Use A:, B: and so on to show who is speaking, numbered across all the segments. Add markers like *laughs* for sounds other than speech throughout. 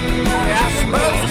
A: From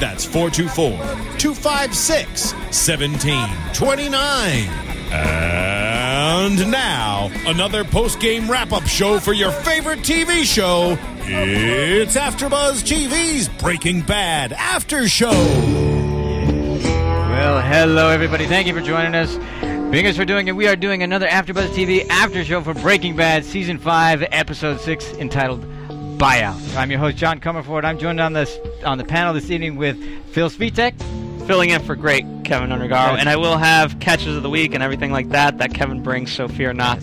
A: That's 424 256 1729. Uh, And now, another post game wrap up show for your favorite TV show. It's AfterBuzz TV's Breaking Bad After Show.
B: Well, hello everybody. Thank you for joining us. Being us for doing it, we are doing another AfterBuzz TV after show for Breaking Bad, Season Five, Episode Six, entitled "Buyout." I'm your host John Comerford. I'm joined on this on the panel this evening with Phil Spitek.
C: filling in for great Kevin Undergaro, and I will have catches of the week and everything like that that Kevin brings. So fear not.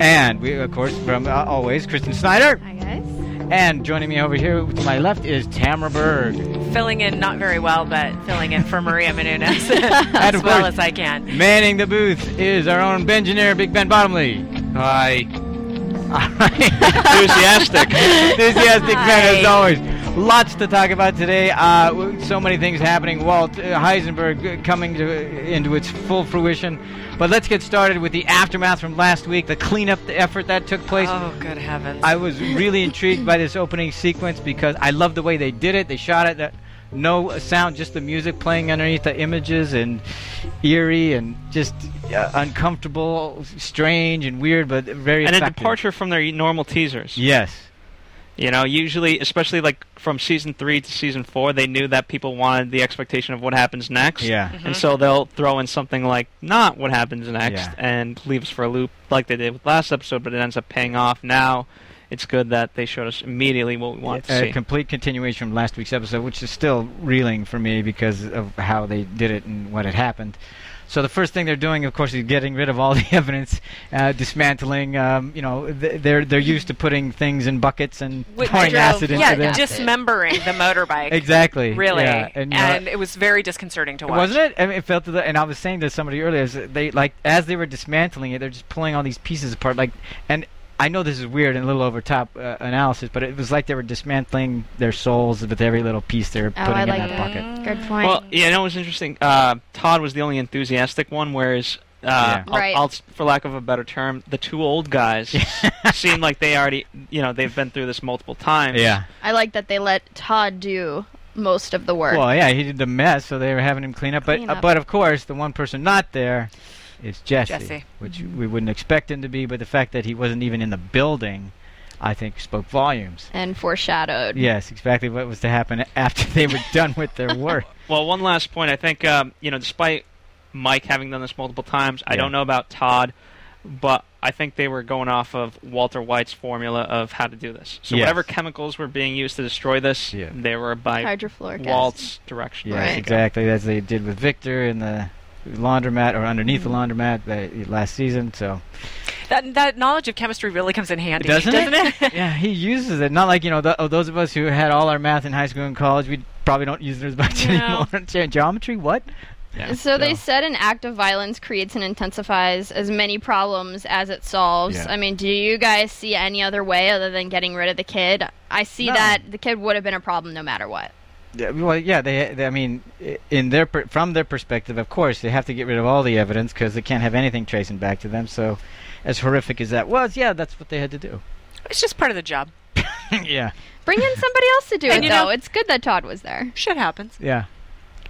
B: And we, of course, from uh, always, Kristen Snyder.
D: Hi guys.
B: And joining me over here to my left is Tamara Berg.
D: Filling in not very well, but filling in for Maria *laughs* Menounos as
B: of
D: well
B: course.
D: as I can.
B: Manning the booth is our own Benjamin, Big Ben Bottomley.
C: Hi.
B: All right.
C: Enthusiastic.
B: enthusiastic man as
D: Hi.
B: always. Lots to talk about today. Uh, w- so many things happening. Walt uh, Heisenberg uh, coming to, into its full fruition. But let's get started with the aftermath from last week, the cleanup effort that took place.
D: Oh, good heavens.
B: I was really intrigued by this opening sequence because I love the way they did it. They shot it. That no sound, just the music playing underneath the images, and eerie and just uh, uncomfortable, strange and weird, but very
C: And a
B: effective.
C: departure from their normal teasers.
B: Yes.
C: You know, usually, especially like from season three to season four, they knew that people wanted the expectation of what happens next.
B: Yeah.
C: And so they'll throw in something like not what happens next
B: Yeah.
C: and leave us for a loop like they did with last episode, but it ends up paying off. Now, it's good that they showed us immediately what we wanted to
B: a
C: see.
B: complete continuation from last week's episode, which is still reeling for me because of how they did it and what had happened. So the first thing they're doing, of course, is getting rid of all *laughs* the evidence, uh, dismantling. Um, you know, th- they're they're used to putting things in buckets and
D: Which
B: pouring
D: drove-
B: acid into
D: yeah,
B: them.
D: dismembering the motorbike.
B: exactly.
D: Really.
B: yeah, uh,
D: And,
B: you know,
D: it was very disconcerting to watch.
B: wasn't it? I mean, it felt to the, and I was saying to somebody earlier, is that they like as they were dismantling it, they're just pulling all these pieces apart. Like, and I know this is weird and a little over top uh, analysis, but it was like they were dismantling their souls with every little piece they were
E: Oh,
B: putting
E: I
B: in
E: like
B: that
E: that.
B: bucket.
E: Good point.
C: Well, yeah, no, it was interesting. Uh, Todd was the only enthusiastic one, whereas, uh,
B: Yeah.
C: I'll,
E: Right.
C: I'll s- for lack of a better term, the two
B: *laughs*
C: old guys
E: *laughs*
C: *laughs* seem like they already, you know, they've been through this multiple times.
E: I like that they let Todd do most of the work.
B: Well, yeah, he did the mess, so they were having him clean up. But
E: Clean
B: uh,
E: up.
B: but of course, the one person not there is Jesse,
D: Jesse.
B: which we wouldn't expect him to be. But the fact that he wasn't even in the building, I think, spoke volumes.
E: and foreshadowed.
B: Yes, exactly what was to happen after they were done with their work.
C: Well, one last point. I think, um, you know, despite Mike having done this multiple times, I
B: Yeah.
C: don't know about Todd, but I think they were going off of Walter White's formula of how to do this. So
B: Yes.
C: whatever chemicals were being used to destroy this,
B: Yeah.
C: they were by
E: Hydrofluoric acid.
C: Walt's direction.
B: Yes,
E: Right.
B: exactly. As they did with Victor in the laundromat or underneath the laundromat uh, last season. So
D: That, that knowledge of chemistry really comes in handy,
B: Doesn't it? *laughs*
D: it?
B: yeah, he uses it. Not like you know th- oh, those of us who had all our math in high school and college. We probably don't use it as much *laughs*
D: No.
B: anymore. Ge- Geometry, what?
C: Yeah.
E: So they
B: So-
E: said an act of violence creates and intensifies as many problems as it solves.
B: Yeah.
E: I mean, do you guys see any other way other than getting rid of the kid? I see
B: No.
E: that the kid would have been a problem no matter what.
B: Yeah, well, yeah. They, they I mean, i- in their per- from their perspective, of course, they have to get rid of all the evidence because they can't have anything tracing back to them. So, as horrific as that was, yeah, that's what they had to do. *laughs*
D: it's just part of the job.
B: yeah,
E: Bring in somebody else to do
D: And
E: it,
D: you
E: though.
D: know-
E: it's good that Todd was there.
D: Shit happens.
B: yeah.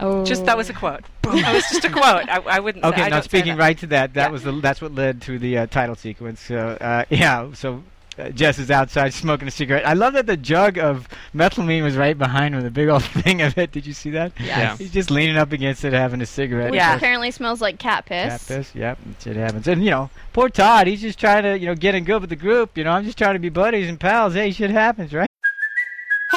E: Oh,
D: Just that was a quote. that was just a quote. I, I wouldn't.
B: Okay,
D: I
B: now
D: don't say
B: speaking
D: that.
B: right to that, that
D: Yeah.
B: was the, that's what led to the uh, title sequence. So, uh, *laughs* yeah, so uh, Jess is outside smoking a cigarette. I love that the jug of methylamine was right behind him, the big old *laughs* thing of it. Did you see that?
C: Yes.
B: He's just leaning up against it, having a cigarette.
E: Which
D: Yeah.
E: apparently smells like cat
B: Cat
E: piss.
B: piss, Yep, that shit happens. And you know, poor Todd, he's just trying to you know get in good with the group. You know, I'm just trying to be buddies and pals. Hey, shit happens, right?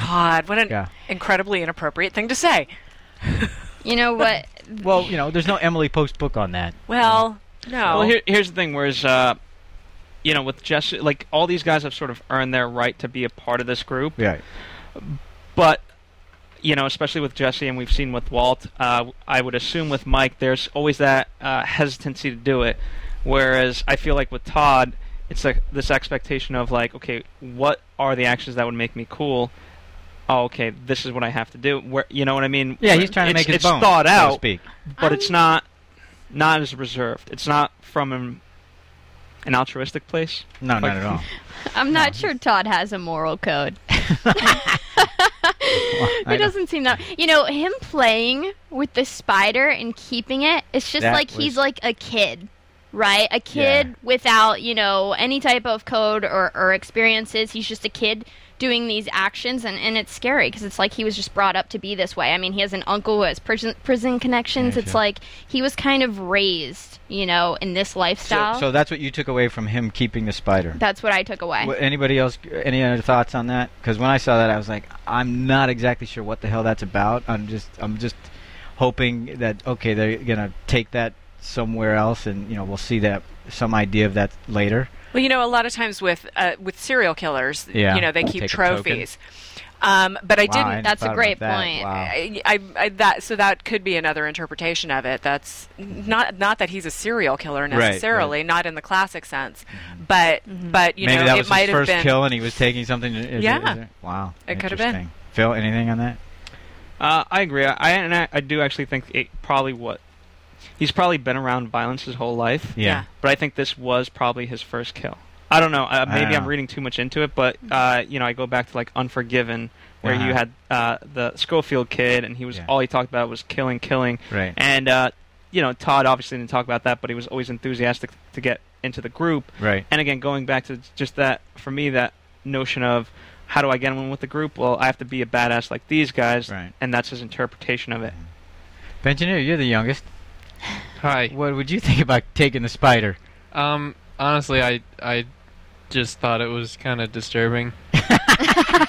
D: God, what an
B: Yeah.
D: incredibly inappropriate thing to say.
E: You
D: *laughs*
E: know what?
B: Well, you know, there's no Emily Post book on that.
D: Well, no.
C: Well, here, here's the thing. Whereas, uh, you know, with Jesse, like all these guys have sort of earned their right to be a part of this group.
B: Yeah.
C: But you know, especially with Jesse, and we've seen with Walt. Uh, I would assume with Mike, there's always that uh, hesitancy to do it. Whereas I feel like with Todd, it's like this expectation of like, okay, what are the actions that would make me cool? Oh, okay, this is what I have to do. Where you know what I mean?
B: Yeah, he's trying to
C: It's-
B: make his
C: it's
B: bone,
C: thought
B: so to
C: out,
B: speak.
C: but it's not not as reserved. It's not from an, an altruistic place.
B: No,
C: Like-
B: not at all. *laughs*
E: I'm not sure Todd has a moral code. *laughs*
B: I
E: It
B: know.
E: doesn't seem that. You know, him playing with the spider and keeping it, it's just
B: That
E: like
B: was-
E: he's like a kid, right? A kid
B: Yeah.
E: without, you know, any type of code or, or experiences. He's just a kid doing these actions, and, and it's scary because it's like he was just brought up to be this way. I mean, he has an uncle who has prison, prison connections.
B: Yeah,
E: it's
B: sure.
E: like he was kind of raised, you know, in this lifestyle.
B: So, so that's what you took away from him keeping the spider.
E: That's what I took away.
B: Wha- anybody else? Any other thoughts on that? Because when I saw that, I was like, I'm not exactly sure what the hell that's about. I'm just, I'm just hoping that okay, they're gonna take that somewhere else, and you know, we'll see that some idea of that later.
D: Well, you know, a lot of times with uh, with serial killers,
B: Yeah.
D: you know, they keep
B: Take a token.
D: trophies. Um, but I
B: Wow,
D: didn't.
B: hadn't
E: that's
B: thought
E: a
B: about
E: great
B: that.
E: point.
B: Wow.
D: I, I, I that so that could be another interpretation of it. That's not not that he's a serial killer
B: right. Mm-hmm.
D: necessarily, not in the classic sense, but but you
B: Maybe
D: know
B: that
D: it
B: was
D: might
B: his
D: have
B: first
D: been.
B: kill, and he was taking something. to- is
D: Yeah.
B: it- is it- wow.
D: It could have been.
B: Interesting. Phil, anything on that?
C: Uh, I agree. I, I and I, I do actually think it probably what he's probably been around violence his whole life.
D: Yeah.
C: But I think this was probably his first kill. I don't know.
B: I
C: Uh, maybe
B: don't
C: I'm
B: know.
C: reading too much into it, but uh, you know, I go back to like Unforgiven, where
B: Wow.
C: you had uh, the Schofield kid, and he was
B: Yeah.
C: all he talked about was killing, killing.
B: Right.
C: And uh, you know, Todd obviously didn't talk about that, but he was always enthusiastic to get into the group.
B: Right.
C: And again, going back to just that for me, that notion of how do I get in with the group? Well, I have to be a badass like these guys,
B: Right. Mm-hmm.
C: and that's his interpretation of it.
B: Benjamin, you're the youngest.
F: Hi.
B: What would you think about taking the spider?
F: Um. Honestly, I I just thought it was kind of
B: *laughs*
F: disturbing *laughs*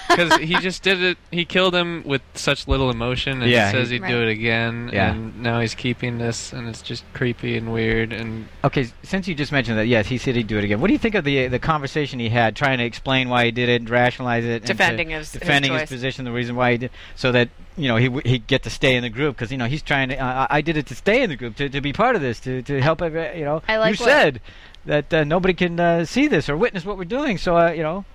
F: because he just did it. He killed him with such little emotion, and
B: Yeah,
F: he says he'd do
E: Right.
F: it again.
B: Yeah.
F: And now he's keeping this, and it's just creepy and weird. And
B: Okay, s- since you just mentioned that, yes, he said he'd do it again. What do you think of the the conversation he had, trying to explain why he did it and rationalize it, and to-
D: Defending his- his
B: defending his,
D: choice.
B: position, the reason why he did, so that you know he w- he get to stay in the group because you know he's trying to. Uh, I I did it to stay in the group, to, to be part of this, to to help. Every, you know,
E: I like
B: you
E: what-
B: said that uh, nobody can uh, see this or witness what we're doing, so uh, you know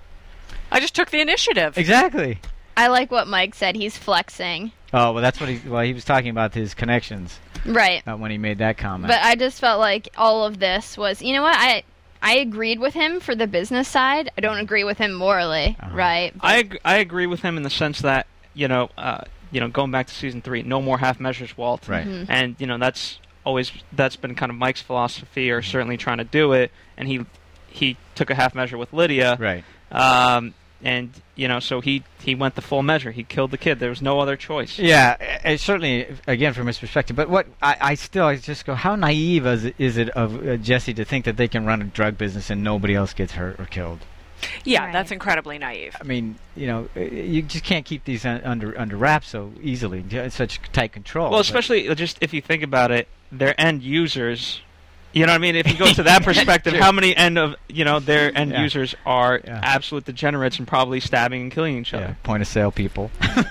D: I just took the initiative.
B: exactly.
E: I like what Mike said. He's flexing.
B: Oh well, that's what he. Well, he was talking about his connections
E: Right.
B: uh, when he made that comment.
E: But I just felt like all of this was, you know what? I I agreed with him for the business side. I don't agree with him morally, right?
C: I ag- I agree with him in the sense that you know uh, you know going back to season three, no more half measures, Walt.
B: Right. Mhm.
C: And you know that's always that's been kind of Mike's philosophy, or certainly trying to do it. And he he took a half measure with Lydia.
B: right.
C: Um, and you know so he he went the full measure. He killed the kid. There was no other choice.
B: Yeah, it certainly, again, from his perspective. But what I, I still I just go, how naive is it, is it of uh, Jesse to think that they can run a drug business and nobody else gets hurt or killed?
D: yeah,
E: Right.
D: that's incredibly naive.
B: I mean, you know, uh, you just can't keep these un- under under wraps so easily, j- such tight control.
C: Well,
B: but-
C: especially just if you think about it, their end users. You know what I mean? If you go to that perspective, how many end of you know their end
B: Yeah.
C: users are
B: Yeah.
C: absolute degenerates and probably stabbing and killing each
B: yeah,
C: other?
B: point of sale people.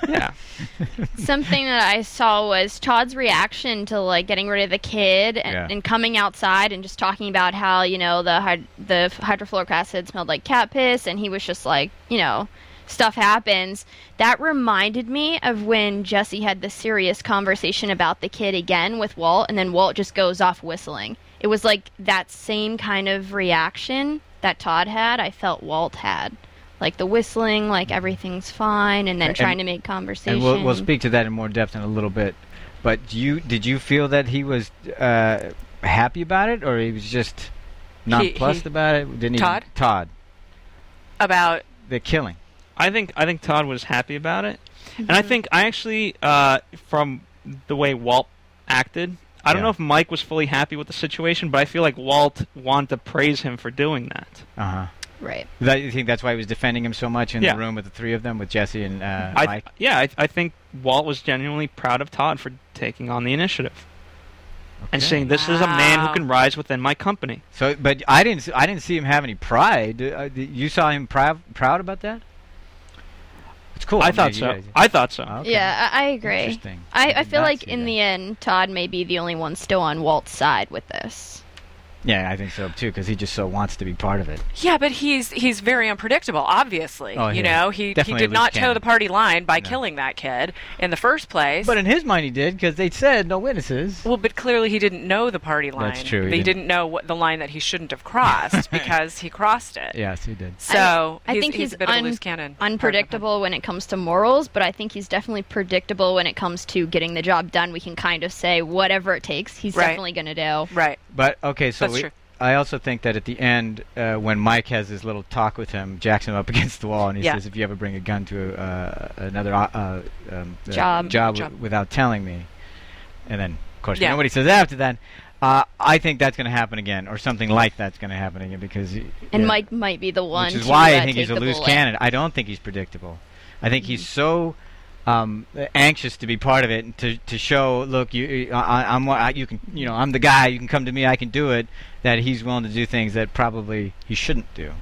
C: Yeah.
B: *laughs*
E: Something that I saw was Todd's reaction to like getting rid of the kid and,
B: Yeah.
E: and coming outside and just talking about how you know the hyd- the hydrofluoric acid smelled like cat piss, and he was just like, you know, stuff happens. That reminded me of when Jesse had the serious conversation about the kid again with Walt, and then Walt just goes off whistling. It was like that same kind of reaction that Todd had. I felt Walt had like the whistling, like everything's fine, and then
B: And-
E: trying to make conversation.
B: And we'll, we'll speak to that in more depth in a little bit. But do you did you feel that he was uh, happy about it, or he was just nonplussed
D: he-
B: about it? Didn't even-
D: Todd?
B: Todd,
D: about
B: the killing.
C: I think I think Todd was happy about it, and I think I actually, uh, from the way Walt acted, I don't
B: Yeah.
C: know if Mike was fully happy with the situation, but I feel like Walt wanted to praise him for doing that.
B: Uh huh.
E: right.
B: That, you think that's why he was defending him so much in
C: Yeah.
B: the room with the three of them, with Jesse and uh,
C: I
B: Mike?
C: yeah, I, I think Walt was genuinely proud of Todd for taking on the initiative and
B: Okay.
C: saying, "This is a man who
D: Wow.
C: can rise within my company."
B: So, but I didn't. s- I didn't see him have any pride. Uh, you saw him proud, proud about that. It's cool.
C: I
B: mean,
C: thought
B: you
C: so.
B: guys-
C: I thought so.
B: Okay.
E: Yeah, I, I agree.
B: Interesting.
E: I,
B: did
E: I feel
B: not
E: like
B: see
E: in
B: that.
E: the end, Todd may be the only one still on Walt's side with this.
B: Yeah, I think so too, because he just so wants to be part of it.
D: Yeah, but he's he's very unpredictable. Obviously,
B: Oh,
D: you
B: yeah.
D: know he he
B: Definitely
D: did
B: loose
D: not toe
B: cannon.
D: the party line by
B: No.
D: killing that kid in the first place.
B: But in his mind, he did, because they said no witnesses.
D: well, but clearly he didn't know the party line.
B: That's true, he
D: They
B: didn't.
D: didn't. know what the line that he shouldn't
B: *laughs*
D: have crossed because he crossed it.
B: Yes, he did.
D: So
E: I
D: he's,
E: think he's
D: a bit of
E: un-
D: a loose cannon.
E: Unpredictable when it comes to morals, but I think he's definitely predictable when it comes to getting the job done. We can kind of say whatever it takes, he's
D: Right.
E: definitely going to do.
D: Right.
B: But okay, so
D: That's
B: we-
D: true.
B: I also think that at the end, uh, when Mike has his little talk with him, jacks him up *laughs* against the wall, and he
D: Yeah.
B: says, "If you ever bring a gun to uh, another uh, um, uh,
E: Job.
B: job w-
D: Job.
B: without telling me," and then of course
D: Yeah.
B: nobody says after that. Uh, I think that's going to happen again, or something like that's going to happen again, because y-
E: And
B: yeah.
E: Mike might be the one.
B: which is
E: to,
B: why
E: uh,
B: I think
E: take
B: he's a
E: the
B: loose
E: bullet. Mm-hmm.
B: cannon. I don't think he's predictable. I think he's so um, anxious to be part of it and to to show, look, you, you- I, I- I'm one- I, you can, you know, I'm the guy. You can come to me. I can do it. That he's willing to do things that probably he shouldn't do.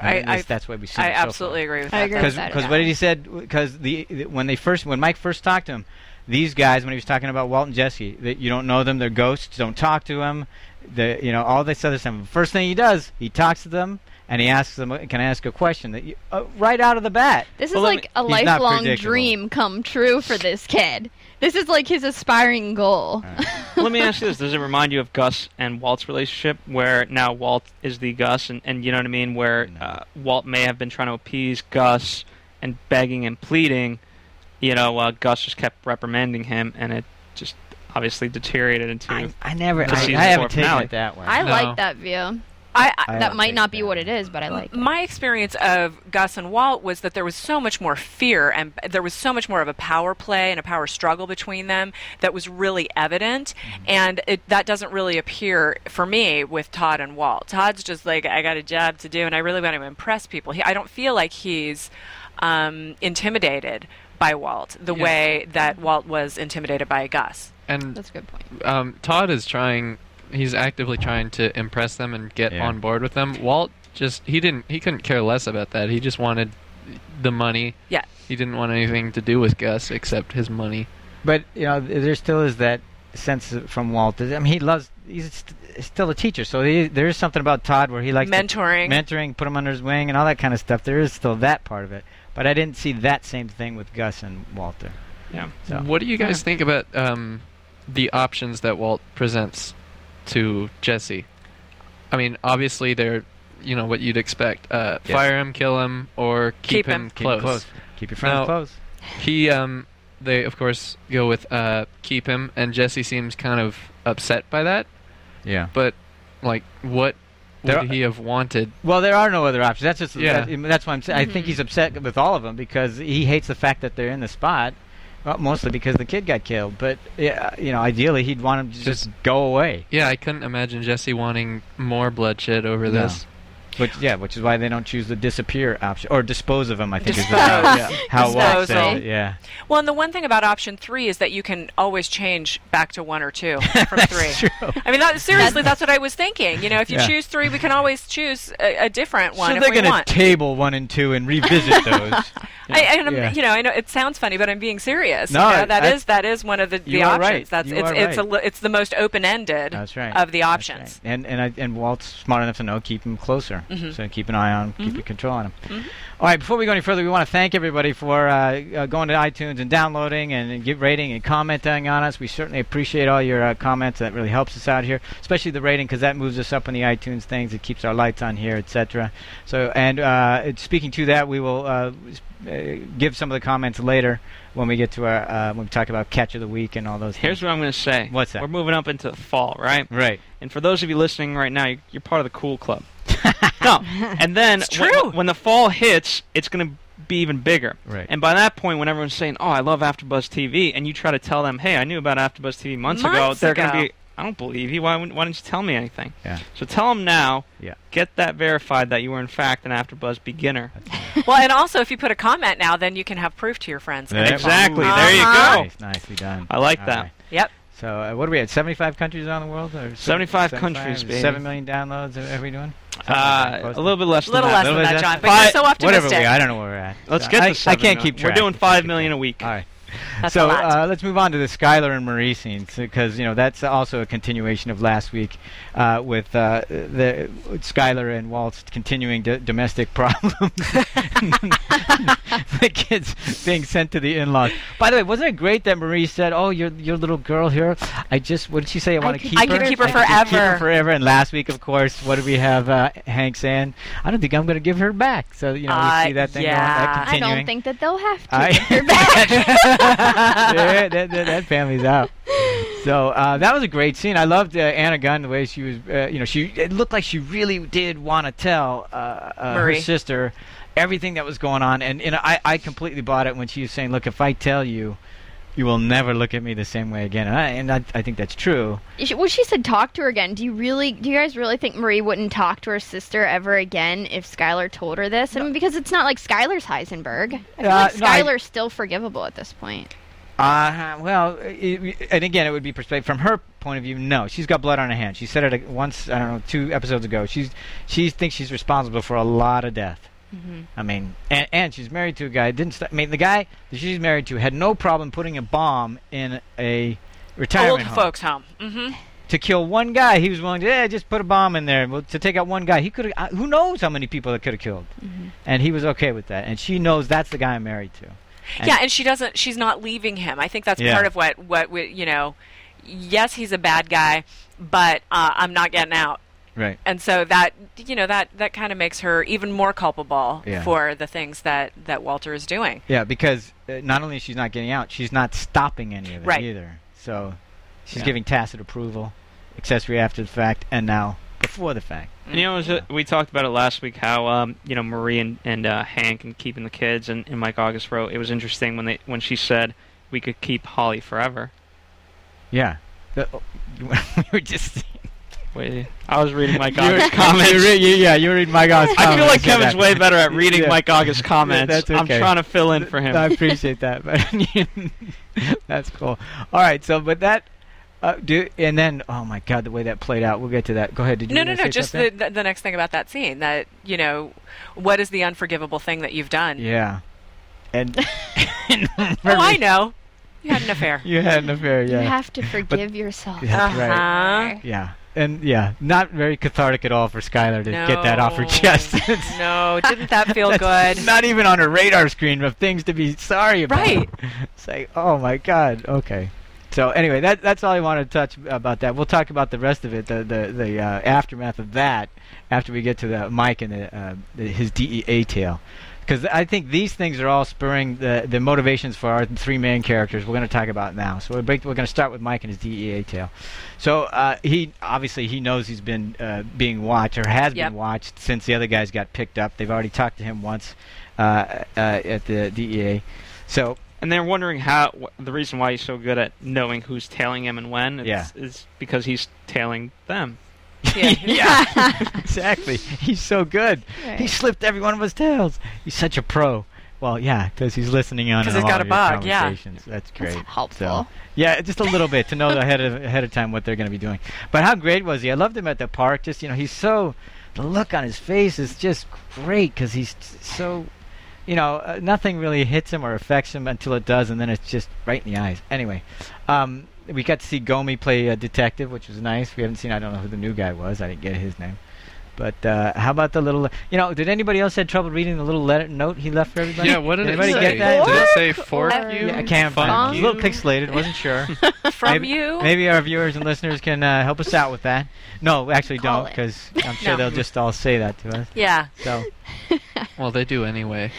D: I-
B: think that's-
D: I-
B: that's why we see.
D: I absolutely agree with
E: I
D: that.
E: agree.
B: Because
E: without a
B: because
E: doubt.
B: what did he said? Because the the- when they first when Mike first talked to him, these guys when he was talking about Walt and Jesse, that you don't know them, they're ghosts. Don't talk to them. The you know all this other stuff. First thing he does, he talks to them and he asks them, "Can I ask a question?" That you, uh, right out of the bat.
E: This is
B: Well, let
E: like
B: me-
E: a
B: he's not
E: lifelong
B: predictable.
E: dream come true for this kid. This is like his aspiring goal.
B: Oh.
C: Let me ask you this: Does it remind you of Gus and Walt's relationship, where now Walt is the Gus, and, and you know what I mean? Where uh, Walt may have been trying to appease Gus and begging and pleading, you know, uh, Gus just kept reprimanding him, and it just obviously deteriorated into.
B: I, I never. I,
C: The
B: I
C: season
B: haven't
C: four
B: taken
C: finale.
B: it that way.
E: I
F: No.
E: like that view.
D: I, I,
B: I
E: that
B: don't
E: might
B: think
E: not be
B: that.
E: what it is, but I like. it.
D: my experience of Gus and Walt was that there was so much more fear and there was so much more of a power play and a power struggle between them that was really evident. And it, that doesn't really appear for me with Todd and Walt. Todd's just like, I got a job to do and I really want to impress people. He, I don't feel like he's um, intimidated by Walt the way that Walt was intimidated by Gus.
F: And
E: That's a good point.
F: um, Todd is trying. He's actively trying to impress them and get
B: Yeah.
F: on board with them. Walt just he didn't he couldn't care less about that. He just wanted the money.
D: Yeah.
F: He didn't want anything to do with Gus except his money.
B: But you know, th- there still is that sense from Walt. I mean, he loves. He's st- still a teacher, so he, there is something about Todd where he likes to-
D: Mentoring.
B: mentoring, put him under his wing, and all that kind of stuff. There is still that part of it. But I didn't see that same thing with Gus and Walter.
C: Yeah.
B: So
F: What do you guys think about um, the options that Walt presents to Jesse? I mean, obviously they're, you know, what you'd expect: uh,
B: Yes.
F: fire him, kill him, or keep,
D: Keep him.
B: keep it close. Keep your friends
F: Now-
B: close.
F: He, um, they of course go with uh, keep him, and Jesse seems kind of upset by that.
B: Yeah.
F: But like, what
B: There
F: would
B: are-
F: he have wanted?
B: Well, there are no other options. That's just
F: Yeah.
B: that- that's why I'm saying. I think he's upset with all of them because he hates the fact that they're in the spot. Well, mostly because the kid got killed. But yeah, you know, ideally, he'd want him to just, go away.
F: Yeah, I couldn't imagine Jesse wanting more bloodshed over
B: No.
F: this.
B: Which yeah, which is why they don't choose the disappear option or dispose of him. I think is
D: Dispose.
B: how, how Walt
D: Disposal.
B: said it. Yeah.
D: Well, and the one thing about option three is that you can always change back to one
B: *laughs*
D: or two from three.
B: true.
D: I mean, that, seriously, that's what I was thinking. You know, if you
B: Yeah.
D: choose three, we can always choose a, a different one
B: so
D: if
B: they're
D: we
B: gonna
D: want.
B: table one and two and revisit those.
D: *laughs* I, and I'm,
B: Yeah.
D: you know, I know it sounds funny, but I'm being serious.
B: No,
D: you
B: I-
D: know, that
B: I-
D: is- that is one of the,
B: You
D: the
B: are
D: options.
B: right.
D: That's
B: You
D: it's
B: are
D: it's a
B: right.
D: li- it's the most open ended
B: That's right.
D: of the
B: That's
D: options. Mm-hmm.
B: right. And and I, and Walt's smart enough to know keep him closer. sure. So keep an eye on, keep a control on him. All right, before we go any further, we want to thank everybody for uh, uh, going to iTunes and downloading and, and give rating and commenting on us. We certainly appreciate all your uh, comments. That really helps us out here, especially the rating because that moves us up in the iTunes things. It keeps our lights on here, etc. So, and uh, it- speaking to that, we will uh, s- uh, give some of the comments later when we get to our uh, when we talk about catch of the week and all those.
C: Here's
B: things.
C: what I'm going to say.
B: What's that?
C: We're moving up into fall, right?
B: right.
C: And for those of you listening right now, you- you're part of the
D: *laughs*
C: cool club. no, and then when-
D: true.
C: When, the fall hits, it's going to be even bigger.
B: Right.
C: And by that point, when everyone's saying, "Oh, I love AfterBuzz TV," and you try to tell them, "Hey, I knew about AfterBuzz TV months, ago,"
D: Months
C: they're going
D: ago.
C: to be, "I don't believe you. Why, wouldn't- why didn't you tell me anything?"
B: Yeah.
C: So tell them now.
B: Yeah.
C: Get that verified that you were in fact an AfterBuzz beginner.
D: well, and also if you put a comment now, then you can have proof to your friends.
B: There you
C: Exactly.
D: go.
C: There you
D: Uh-huh.
C: go.
B: Nice, nicely done.
C: I like
B: All
C: that.
B: right.
D: Yep.
B: So uh, what are we at? Seventy-five countries around the world, or
C: 75 countries, baby.
B: Seven million downloads. Are, are we doing? Something like that,
C: Uh,
B: close
C: a
B: to-
C: little bit less.
D: A little
C: than
D: less
C: that.
B: Little
D: than
B: bit less
D: that, John.
B: than-
D: But you're so
B: Whatever we,
D: optimistic.
B: are, I don't know where we're at.
C: Let's
B: So
C: get
B: I,
C: to seven
B: I can't
C: now.
B: keep track.
C: We're doing
B: I
C: five
B: can't
C: million
B: keep
C: a week.
B: track. All right.
D: That's
B: so
D: a lot.
B: Uh, let's move on to the Skylar and Marie scene because you know that's also a continuation of last week uh, with uh, the with Skylar and Walt's continuing d- domestic *laughs* problems. the kids being sent to the in-laws. By the way, wasn't it great that Marie said, "Oh, your your little girl here. I just what did she say? I want to
E: could
B: keep
D: I
B: her.
D: could keep her
B: I could keep her
D: forever."
B: forever." And last week, of course, what did we have? Uh, Hank saying, "I don't think I'm going to give her back." So you know,
D: Uh,
B: we see that thing going,
D: yeah.
B: that
D: I
E: I
B: continuing.
E: don't think that they'll have
B: *laughs*
E: to.
B: I
E: They're back.
B: *laughs* Yeah, that, that, that family's out. So uh, that was a great scene. I loved uh, Anna Gunn the way she was. Uh, you know, she it looked like she really did want to tell uh, uh, her
D: Marie.
B: sister everything that was going on, and and I I completely bought it when she was saying, "Look, if I tell you." You will never look at me the same way again, and I, and I, I think that's true.
E: She- Well, she said talk to her again. Do you really? Do you guys really think Marie wouldn't talk to her sister ever again if Skylar told her this? I mean, because it's not like Skylar's Heisenberg. I feel
B: Uh,
E: like
B: no, I-
E: Skylar's still forgivable at this point.
B: Uh, well, it, and again, it would be perspective from her point of view. No, she's got blood on her hands. She said it uh, once. I don't know, two episodes ago. She's she thinks she's responsible for a lot of death. I mean, and, and she's married to a guy. Didn't st- I mean the guy that she's married to had no problem putting a bomb in a retirement
D: Old
B: home
D: folks home. hmm
B: to kill one guy. He was willing to yeah, just put a bomb in there well, to take out one guy. He could have. Who knows how many people that could have killed, and he was okay with that. And she knows that's the guy I'm married to. And-
D: yeah, and she doesn't. She's not leaving him. I think that's
B: Yeah.
D: part of what what we, you know. Yes, he's a bad guy, but uh, I'm not getting out.
B: Right.
D: And so that you know that that kind of makes her even more culpable
B: Yeah.
D: for the things that that Walter is doing.
B: Yeah, because uh, not only is she not getting out, she's not stopping any of it
D: Right.
B: either. So she's giving tacit approval, accessory after the fact, and now before the fact.
C: And, you know, as, uh, we talked about it last week how um, you know Marie and, and uh, Hank and keeping the kids and, and Mike August wrote. It was interesting when they when she said we could keep Holly forever.
B: Yeah. The- oh, *laughs* you- we were just. *laughs*
C: Wait, I was reading Mike
B: you were-
C: August's
B: you
C: comments.
B: re- you- yeah, you read my August's
C: I
B: comments.
C: feel like
B: yeah.
C: Kevin's way better at
B: *laughs*
C: reading
B: Yeah.
C: Mike August's comments.
B: that's
C: I'm
B: okay.
C: trying to fill in for him.
B: *laughs* I appreciate that, *laughs* but that's cool. All right, so but that. Uh, do and then oh my god the way that played out we'll get to that go ahead did you
D: No,
B: wanna
D: no, no.
B: say
D: Just
B: something?
D: the, the the next thing about that scene that you know, what is the unforgivable thing that you've done?
B: yeah and, *laughs* and
D: Oh, I know. You had an affair.
B: you had an affair *laughs* yeah
E: You have to forgive yourself.
B: That's right.
D: Uh-huh.
B: Yeah. And yeah, not very cathartic at all for Skylar to get that off her
D: No.
B: chest.
E: *laughs*
B: *laughs* It's
D: *laughs* no, didn't that
B: *laughs*
D: feel good?
B: not even on her radar screen of things to be sorry about.
D: Right.
B: *laughs* It's like, oh my God. Okay. So anyway, that that's all I wanted to touch about that. We'll talk about the rest of it, the the, the uh, aftermath of that, after we get to the Mike and the, uh, the, his DEA tale, because I think these things are all spurring the the motivations for our three main characters. We're going to talk about now. So we're, break, we're going to start with Mike and his DEA tale. So uh, he obviously he knows he's been uh, being watched or has
D: Yep.
B: been watched since the other guys got picked up. They've already talked to him once uh, uh, at the DEA. So
C: and they're wondering how wh- the reason why he's so good at knowing who's tailing him and when. It's, is because he's tailing them.
D: Yeah.
B: *laughs* yeah, exactly. He's so good. He
E: Right.
B: slipped every one of his tails. He's such a pro. Well, yeah, because he's listening on.
D: 'Cause
B: in
D: he's got
B: all
D: a
B: of your
D: bug, yeah.
B: conversations. that's great. So,
E: helpful.
B: yeah, just a little bit to
D: *laughs*
B: know ahead of ahead of time what they're going to be doing. But how great was he? I loved him at the park. Just you know, he's so the look on his face is just great because he's t- so. You know, uh, nothing really hits him or affects him until it does, and then it's just right in the eyes. Anyway, um, uh, we got to see Gomi play a detective, which was nice. We haven't seen, I don't know who the new guy was. I didn't get his name. But uh, how about the little? You know, did anybody else had trouble reading the little letter note he left for everybody?
F: Yeah, what did it
B: anybody
F: say?
B: get that?
F: Did it say fork
E: or-
F: you?
B: Yeah, I can't
F: Fuck
B: find. It. It was a
F: you?
B: little pixelated. Wasn't sure.
D: *laughs* From
B: maybe,
D: you?
B: Maybe our viewers and listeners can uh, help us out with that. No, actually,
E: Call
B: don't,
E: it.
B: because I'm sure
D: No.
B: they'll just all say that to us.
D: Yeah.
B: So,
F: Well, they do anyway.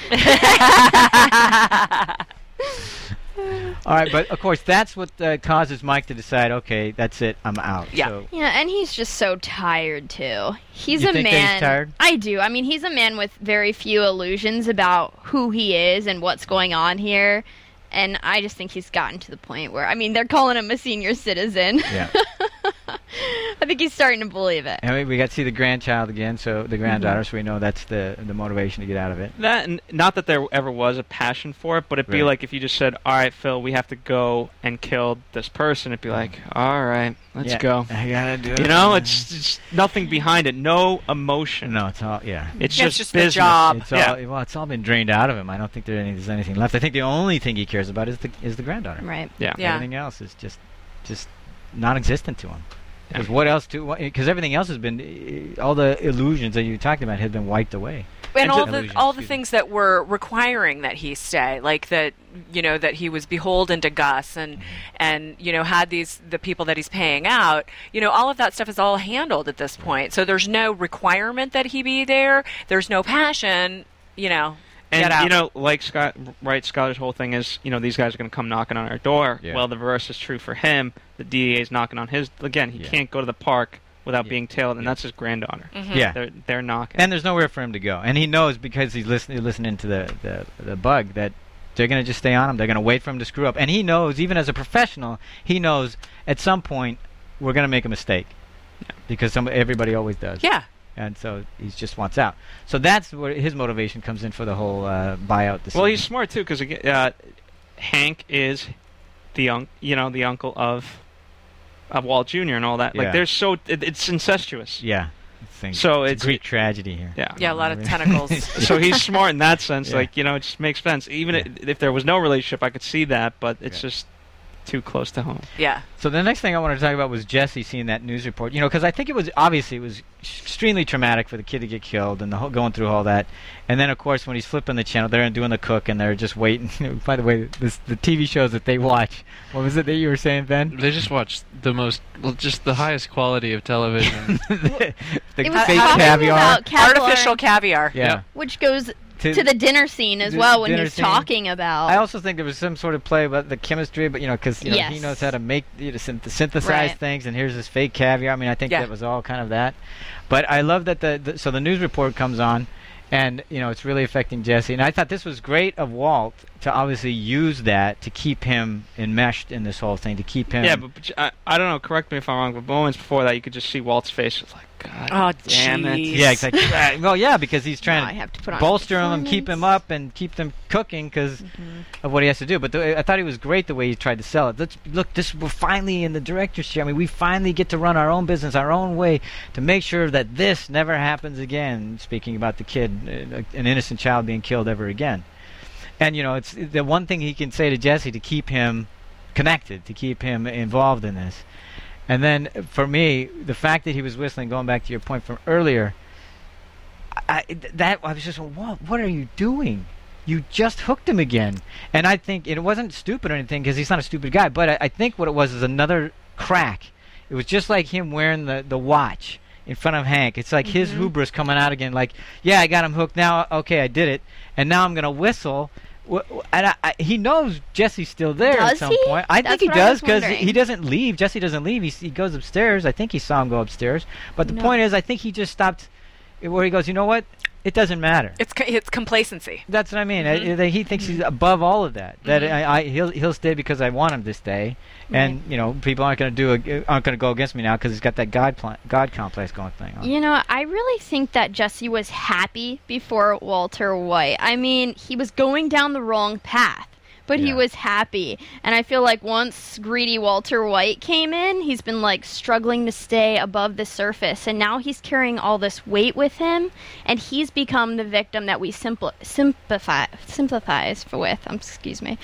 B: all right, but of course, that's what uh, causes Mike to decide. Okay, that's it. I'm out.
D: Yeah.
B: So,
E: Yeah, and he's just so tired too. He's
B: You
E: a
B: think that he's
E: man.
B: tired?
E: I do. I mean, he's a man with very few illusions about who he is and what's going on here. And I just think he's gotten to the point where I mean, they're calling him a senior citizen.
B: yeah.
E: *laughs* I think he's starting to believe it.
B: And we, we got to see the grandchild again, so
C: Mm-hmm.
B: the granddaughter, so we know that's the the motivation to get out of it.
C: That and not that there ever was a passion for it, but it'd be
B: Right.
C: like if you just said, "All right, Phil, we have to go and kill this person." It'd be like, "All right, let's
B: Yeah.
C: go."
B: *laughs* I gotta do it.
C: You know, it's, it's nothing behind it, no emotion.
B: no, it's all yeah.
C: it's,
D: It's
C: just,
D: just the
C: business.
D: job.
B: It's
C: Uh, Yeah.
B: all well, it's all been drained out of him. I don't think there any, there's anything left. I think the only thing he cares about is the is the granddaughter.
E: Right.
C: Yeah.
D: Yeah.
B: Everything else is just just non-existent to him. Because what else to? Because everything else has been, eh, all the illusions that you talked about had been wiped away. *laughs*
D: and all the
B: Illusion,
D: all the
B: excuse
D: things that were requiring that he stay, like that you know that he was beholden to Gus and
B: Mm-hmm.
D: and you know had these the people that he's paying out, you know all of that stuff is all handled at this point. So there's no requirement that he be there. There's no passion, you know. get
C: And
D: out.
C: you know, like Scott, right? Scott's whole thing is, you know, these guys are going to come knocking on our door.
B: Yeah.
C: Well, the reverse is true for him. The DEA is knocking on his. Again, he
B: Yeah.
C: can't go to the park without
B: Yeah.
C: being tailed, and that's his granddaughter.
D: Mm-hmm.
B: Yeah.
C: They're they're knocking.
B: And there's nowhere for him to go. And he knows because he's listening, listening to the, the, the bug that they're going to just stay on him. They're going to wait for him to screw up. And he knows, even as a professional, he knows at some point we're going to make a mistake. Because some, everybody always does.
D: yeah,
B: And so he just wants out. So that's where his motivation comes in for the whole uh, buyout decision.
C: well, he's smart too, because uh, Hank is the un- you know the uncle of of Walt Jr. and all that.
B: Yeah.
C: Like they're so it, it's incestuous.
B: Yeah. It's like-
C: So
B: a
C: it's-
B: Greek tragedy here.
C: Yeah.
D: yeah, a lot
B: *laughs*
D: of tentacles.
C: so he's smart in that sense.
B: Yeah.
C: Like you know, it just makes sense. Even
B: Yeah.
C: i- if there was no relationship, I could see that, but it's
B: Yeah.
C: just too close to home.
D: Yeah,
B: So the next thing I wanted to talk about was Jesse seeing that news report. You know, because I think it was obviously it was extremely traumatic for the kid to get killed and the whole, going through all that. And then of course when he's flipping the channel, they're doing the cook and they're just waiting. *laughs* By the way, this, the TV shows that they watch. What was it that you were saying, Ben?
F: They just watch the most, well, just the highest quality of
B: *laughs*
F: television.
B: the
E: It was
B: fake
E: talking
B: caviar.
E: about caviar,
D: artificial caviar.
B: yeah.
F: Yeah.
E: which goes
B: To-
E: to, the dinner scene as
B: the
E: well when
B: dinner
E: he's
B: scene.
E: talking about.
B: I also think there was some sort of play about the chemistry, but you know, because you know, he
E: Yes.
B: knows how to make you know, synth- synthesize
E: Right.
B: things, and here's this fake caviar. I mean, I think
D: Yeah.
B: that was all kind of that. But I love that the, the so the news report comes on, and you know, it's really affecting Jesse. And I thought this was great of Walt to obviously use that to keep him enmeshed in this whole thing, to keep him.
C: Yeah, but, but I, I don't know. Correct me if I'm wrong, but moments before that, you could just see Walt's face. It's like, God
D: Oh,
C: damn it.
D: jeez.
B: yeah, exactly.
E: *laughs*
B: Right. well, yeah, because he's
E: Now I
B: trying
E: have to
B: to
E: put on a
B: bolster him and keep him
E: performance. Mm-hmm.
B: up and keep them cooking because of what he has to do. But the, I thought he was great the way he tried to sell it. Let's look. This we're finally in the director's chair. I mean, we finally get to run our own business our own way to make sure that this never happens again. Speaking about the kid, uh, an innocent child being killed ever again. And you know, it's the one thing he can say to Jesse to keep him connected, to keep him involved in this. And then uh, for me, the fact that he was whistling, going back to your point from earlier, I, th- that I was just, what, what are you doing? You just hooked him again. And I think and it wasn't stupid or anything because he's not a stupid guy. But I, I think what it was is another crack. It was just like him wearing the the watch in front of Hank. It's like his
E: Mm-hmm.
B: hubris coming out again. Like, yeah, I got him hooked now. Okay, I did it, and now I'm gonna whistle. Wh- wh- And I, I, he knows Jesse's still there at
E: Does
B: some
E: he?
B: point. I
E: That's
B: think he
E: what I
B: does
E: was
B: because
E: wondering.
B: he doesn't leave. Jesse doesn't leave. He, s- he goes upstairs. I think he saw him go upstairs. But the
E: No.
B: point is, I think he just stopped eh, where he goes. You know what? It doesn't matter.
D: It's co- it's complacency.
B: That's what I mean. I- that he thinks he's above all of that. That I, I, he'll he'll stay because I want him to stay, and you know people aren't going to do a, aren't going to go against me now because he's got that god pl- god complex going thing. On.
E: You know, I really think that Jesse was happy before Walter White. I mean, he was going down the wrong path, but he
B: Yeah.
E: was happy. And I feel like once greedy Walter White came in, he's been like struggling to stay above the surface. And now he's carrying all this weight with him, and he's become the victim that we simpl- sympathize, sympathize for with. Um, *laughs* excuse me.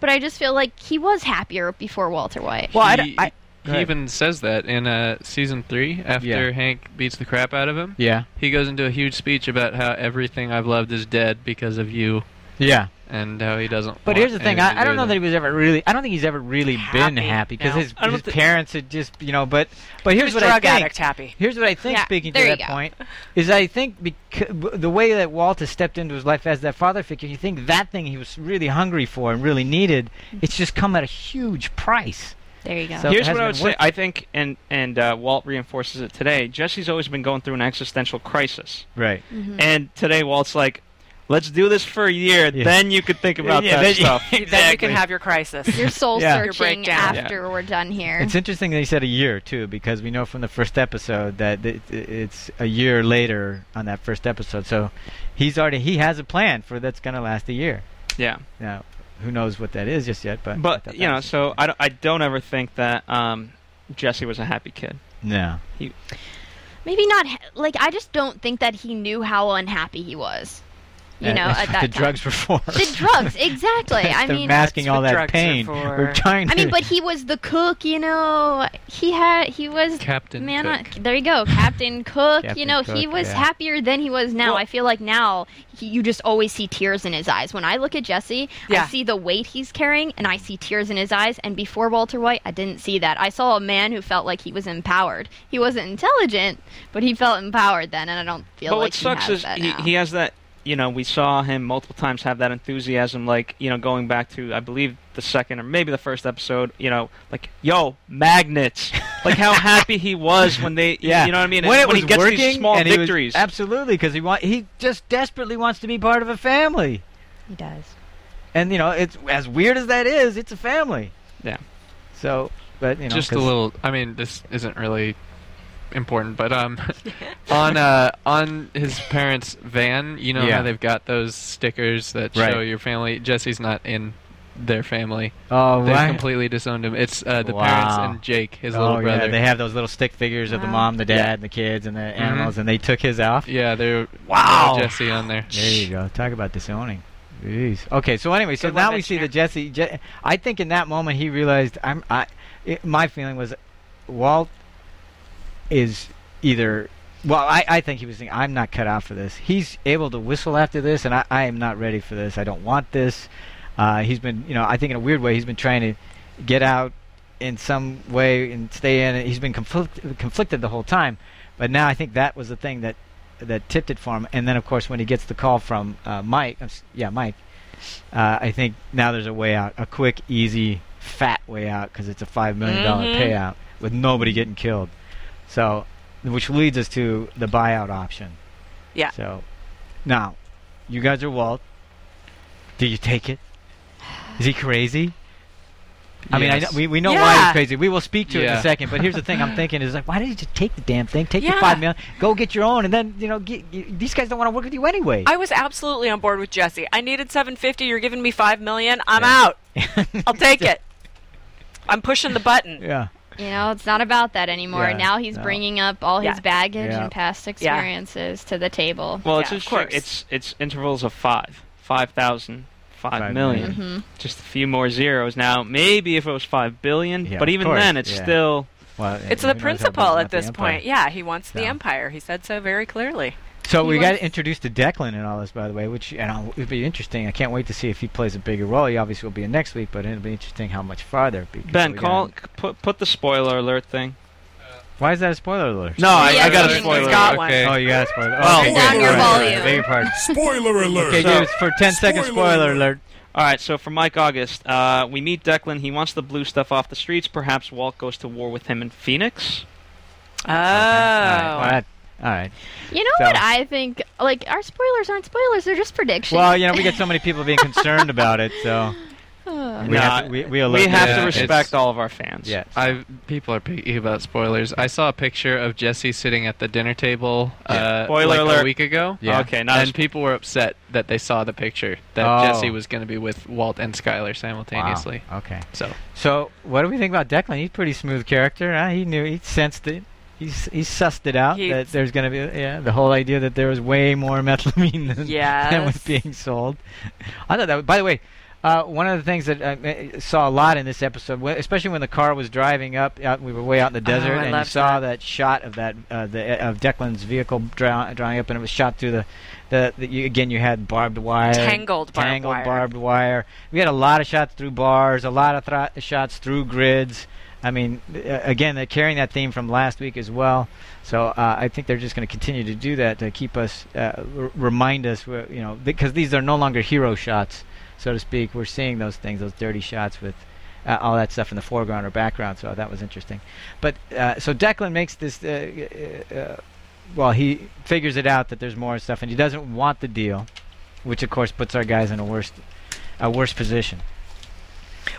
E: but I just feel like he was happier before Walter White.
B: Well, I,
F: He-
B: d- I-
F: he even says that in uh, season three after
B: Yeah.
F: Hank beats the crap out of him.
B: Yeah.
F: He goes into a huge speech about how everything I've loved is dead because of you,
B: Yeah.
F: and how he doesn't.
B: But
F: want
B: here's the thing.
F: anything to
B: I, I don't
F: do
B: know
F: with
B: that
F: it.
B: he was ever really. I don't think he's ever really been
D: Happy.
B: happy because
D: No.
B: his,
C: I don't
B: his
C: thi-
B: parents had just you know. But but here's what
D: was
B: I
D: drug
B: think. *laughs*
D: addict happy.
B: Here's what I think.
E: Yeah,
B: speaking to
E: there you
B: that
E: go.
B: point, is I think becau- the way that Walt has stepped into his life as that father figure, you think that thing he was really hungry for and really needed,
E: Mm-hmm.
B: it's just come at a huge price.
E: There you go.
B: So- it
C: Here's
B: has
C: what I
B: been
C: would
B: worth
C: say.
B: it.
C: I think, and and uh, Walt reinforces it today. Jesse's always been going through an existential crisis,
B: Right.
E: Mm-hmm.
C: and today Walt's like, "Let's do this for a year,
B: Yeah.
C: then you could think about
B: Yeah, *laughs*
C: that
B: then-
C: stuff."
D: Then you can have your crisis.
B: *laughs*
E: Your soul
B: Yeah. Your
E: searching
D: breakdown.
E: after we're done here.
B: It's interesting that he said a year too, because we know from the first episode that it, it's a year later on that first episode. So he's already he has a plan for that's going to last a year.
C: yeah,
B: Now, who knows what that is just yet? But I thought
C: but
B: that
C: you know,
B: was
C: so I don't, I don't ever think that um, Jesse was a happy kid.
B: no,
E: Maybe not. ha- Like I just don't think that he knew how unhappy he was.
B: *laughs*
E: You
B: And
E: know,
B: that's
E: at
B: what
E: that
B: the
E: time.
B: drugs were for.
E: The drugs, exactly.
B: *laughs*
E: I
B: They're
E: mean,
B: masking
D: that's
B: all
D: what
B: that
D: drugs are
B: pain. We're
D: for.
B: trying.
E: I mean,
B: to-
E: but he was the cook. You know, he had he was
F: Captain
E: man.
F: Cook.
E: on- there you go,
C: *laughs*
E: Captain Cook. you
B: Captain
E: know, he
B: Cook,
E: was
B: yeah.
E: happier than he was now.
D: Well-
E: I feel like now he, you just always see tears in his eyes. When I look at Jesse, I
D: Yeah.
E: see the weight he's carrying, and I see tears in his eyes. And before Walter White, I didn't see that. I saw a man who felt like he was empowered. He wasn't intelligent, but he felt empowered then, and I don't feel
C: But
E: like
C: what sucks
E: he has
C: is
E: that
C: he,
E: now.
C: he has that. You know, we saw him multiple times have that enthusiasm, like you know, going back to I believe the second or maybe the first episode. You know, like yo magnets, like how happy he was when they,
B: *laughs* yeah,
C: you know what I mean.
B: When
C: And
B: it was
C: he gets
B: working,
C: these small
B: and he was-
C: victories,
B: absolutely, because he want he just desperately wants to be part of a family.
E: he does.
B: and you know it's as weird as that is it's a family
C: Yeah.
B: so but you know
F: just a
B: 'cause-
F: little i mean this isn't really important but
E: *laughs*
F: um *laughs* on uh on his parents van you know
B: Yeah.
F: how they've got those stickers that
B: Right.
F: show your family jesse's not in their family
B: oh
F: they've
B: right
F: completely disowned him it's uh the
B: Wow.
F: parents and jake his little
B: oh
F: brother Mm-hmm.
B: yeah they have those little stick figures of the
E: Wow.
B: mom the dad and the kids and the animals and they took his off
F: yeah they're
B: Wow.
F: they're jesse on there
B: there you go talk about disowning Jeez. okay so anyway so
D: Good one,
B: now we see that jesse Je- i think in that moment he realized i'm i it, my feeling was walt is either well, I, I think he was thinking, I'm not cut out for this. He's able to whistle after this, and I, I am not ready for this. I don't want this. Uh, he's been, you know, I think in a weird way, he's been trying to get out in some way and stay in. it. He's been conflict, conflicted the whole time, but now I think that was the thing that that tipped it for him. And then, of course, when he gets the call from uh, Mike, I'm s- yeah, Mike, uh, I think now there's a way out, a quick, easy, fat way out because it's a five million dollar
D: Mhm.
B: payout with nobody getting killed. So, which leads us to the buyout option.
D: Yeah.
B: So, now, you guys are Walt. Do you take it? Is he crazy? I mean, I know,
F: Yes.
B: we, we know why he's
D: Yeah.
B: crazy. We will speak to it in
F: Yeah.
B: a second. But here's the thing: I'm thinking is like, why did you just take the damn thing? Take your
D: Yeah.
B: five million, go get your own, and then you know, get, you, these guys don't want to work with you anyway.
D: *laughs* I was absolutely on board with Jesse. I needed 750. You're giving me five million. I'm out. I'll
B: *laughs*
D: take it. I'm pushing the
B: *laughs*
D: button.
B: yeah.
E: You know, it's not about that anymore.
B: Yeah,
E: now he's
B: no.
E: bringing up all his
D: Yeah.
E: baggage
B: Yeah.
E: and past
D: Yeah.
E: experiences to the table.
C: Well, it's
D: Yeah,
C: just
D: of
C: true.
D: course.
C: It's it's intervals of five, five thousand,
B: Five
C: five million.
E: Mm-hmm.
C: Just a few more zeros. Now, maybe if it was five billion,
B: Yeah,
C: but
B: of
C: even
B: course,
C: then, it's
B: yeah.
C: still
B: Well,
D: It's
B: who knows how
D: the
B: big
D: principal
B: not
D: at
B: the
D: this
B: empire.
D: point. Yeah, he wants the
B: Yeah.
D: empire. He said so very clearly.
B: So
E: He
B: we got
E: was-
B: introduced to Declan and all this, by the way, which you know it'd be interesting. I can't wait to see if he plays a bigger role. He obviously will be in next week, but it'll be interesting how much farther. because
C: Ben.
B: we
C: Call
B: got-
C: c- put put the spoiler alert thing.
B: Why is that a spoiler alert?
C: No, I,
E: Yeah,
C: I got a
E: he's
C: spoiler.
D: got
C: alert.
D: one.
F: okay
B: Oh, you got a spoiler.
C: Well,
B: okay,
C: down
B: good.
C: your
B: All right, all right,
E: volume.
B: Beg your pardon.
G: Spoiler alert!
B: Okay,
C: So-
B: dude, for 10 seconds,
G: Spoiler
B: spoiler
G: alert.
B: alert.
C: All right, so for Mike August, uh, we meet Declan. He wants the blue stuff off the streets. Perhaps Walt goes to war with him in Phoenix.
D: Oh.
B: All right. All right.
E: You know
B: So-
E: what I think? Like our spoilers aren't spoilers; they're just predictions.
B: Well, you know, we get so many people being concerned about it, so
E: Ugh.
B: we
C: Nah,
B: have to, we, we, alert
C: We
B: them.
C: have
F: Yeah,
C: to
F: it's-
C: respect all of our fans.
B: Yeah.
F: i people are picky about spoilers i saw a picture of jesse sitting at the dinner table uh
C: Spoiler
F: like
C: alert.
F: a week ago
B: Yeah.
C: Okay. Not
F: and
C: as-
F: people were upset that they saw the picture that
B: Oh.
F: Jesse was going to be with Walt and Skylar simultaneously.
B: Wow. Okay.
F: So
B: So, what do we think about Declan? He's a pretty smooth character. Huh? He knew, he sensed it. He's, he sussed it out
D: He-
B: that there's going to be, yeah, the whole idea *laughs* that there was way more methamphetamine than, than was
D: Yes.
B: being sold. I thought that, was- by the way, Uh, one of the things that I I saw a lot in this episode, wh- especially when the car was driving up, out, we were way out in the desert,
D: Oh, I
B: and you
D: loved
B: saw
D: that.
B: that shot of that uh, the, of Declan's vehicle dry, drying up, and it was shot through the the, the you, again you had barbed wire,
D: Tangled barbed
B: tangled
D: wire.
B: barbed wire. We had a lot of shots through bars, a lot of thro- shots through grids. I mean, uh, again, they're carrying that theme from last week as well. So uh, I think they're just going to continue to do that to keep us, uh, r- remind us, where, you know, because these are no longer hero shots, so to speak. We're seeing those things, those dirty shots with uh, all that stuff in the foreground or background. So that was interesting. But uh, so Declan makes this. Uh, uh, uh, well, he figures it out that there's more stuff, and he doesn't want the deal, which of course puts our guys in a worse, a worse position.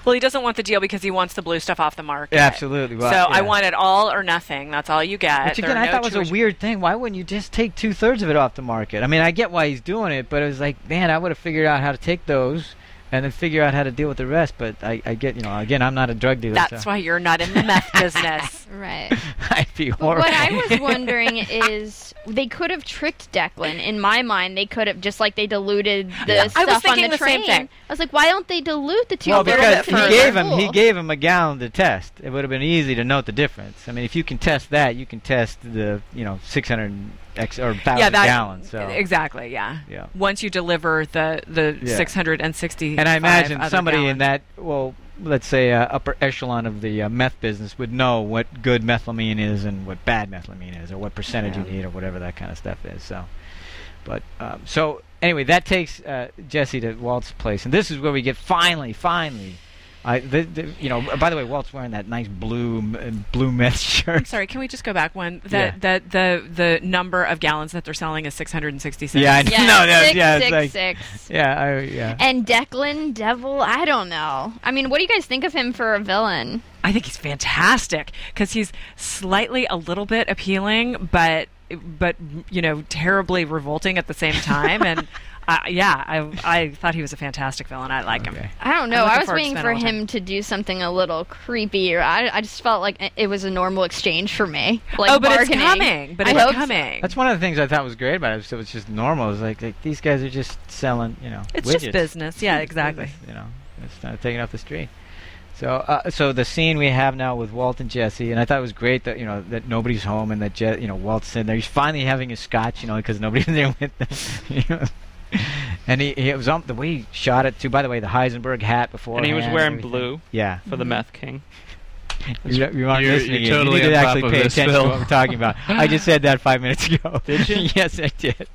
D: Well, he doesn't want the deal because he wants the blue stuff off the market.
B: Absolutely. Well,
D: so I
B: yeah.
D: want it all or nothing. That's all you get.
B: Which
D: There
B: again,
D: are
B: I
D: no
B: thought was
D: choice-
B: a weird thing. Why wouldn't you just take two thirds of it off the market? I mean, I get why he's doing it, but it was like, man, I would have figured out how to take those and then figure out how to deal with the rest. But I, I get, you know, again, I'm not a drug dealer.
D: That's
B: so
D: why you're not in
B: *laughs*
D: the meth business.
E: *laughs* Right.
B: I'd be
E: But
B: horrible. *laughs*
E: what I was wondering is they could have tricked Declan. In my mind, they could have just like they diluted the
D: Yeah. I
E: stuff
D: was
E: on
D: thinking
E: the
D: the same
E: train.
D: thing.
E: I was like, why don't they dilute the two?
B: well, because
E: thirds
B: he
E: to make it
B: gave him he
E: full?
B: gave *laughs* him a gallon to test. It would have been easy to note the difference. I mean, if you can test that, you can test the you know 600 x or 1,000
D: yeah, that, e-,
B: gallons. So
D: exactly. Yeah.
B: Yeah.
D: Once you deliver the the
B: Yeah.
D: 660,
B: And I imagine somebody in that, well, let's say uh, upper echelon of the uh, meth business would know what good methylamine is and what bad methylamine is, or what percentage you need, or whatever that kind of stuff is. So, but um, so anyway, that takes uh, Jesse to Walt's place, and this is where we get finally, finally. I, the, the, you know, by the way, Walt's wearing that nice blue m- blue meth *laughs*
D: I'm
B: shirt.
D: sorry. Can we just go back one?
B: Yeah.
D: That that the the number of gallons that they're selling is 666.
B: Yeah, I know.
E: Yeah,
B: no, no,
E: six,
B: yeah, it's
E: six,
B: like,
E: six.
B: yeah, I, yeah.
E: And Declan Devil, I don't know. I mean, what do you guys think of him for a villain?
D: I think he's fantastic because he's slightly a little bit appealing, but but you know terribly revolting at the same
B: *laughs*
D: time. and uh, yeah, I I thought he was a fantastic villain. I like him.
B: Okay.
E: I don't know.
D: I'm looking
E: I was
D: forward to
E: waiting for
D: spending all the time.
E: him to do something a little creepier. I, I just felt like it was a normal exchange for me. Like
D: oh, but
E: bargaining.
D: it's coming. But
E: I
D: it's
E: hope so.
D: coming.
B: That's one of the things I thought was great about it. So it's just normal. It's like, like these guys are just selling, you know,
D: it's
B: widgets.
D: just business. Yeah, exactly.
B: You know, it's not taking off the street. So, uh, so the scene we have now with Walt and Jesse, and I thought it was great that you know that nobody's home and that Je- you know Walt's sitting there. He's finally having his scotch, you know, because nobody's *laughs* there with him. you know. and he, he it was on the way he shot it too. By the way, the Heisenberg hat before.
C: and he was wearing
B: everything. Mm-hmm.
C: blue *laughs*
B: Yeah,
C: for the Meth King.
B: you, you aren't
F: You're-
B: listening.
F: you're totally
B: you need to
F: on top
B: actually
F: of
B: pay
F: this,
B: attention to
F: Phil.
B: what I'm talking about. I just said that five minutes ago.
C: Did you?
B: *laughs* yes, I did.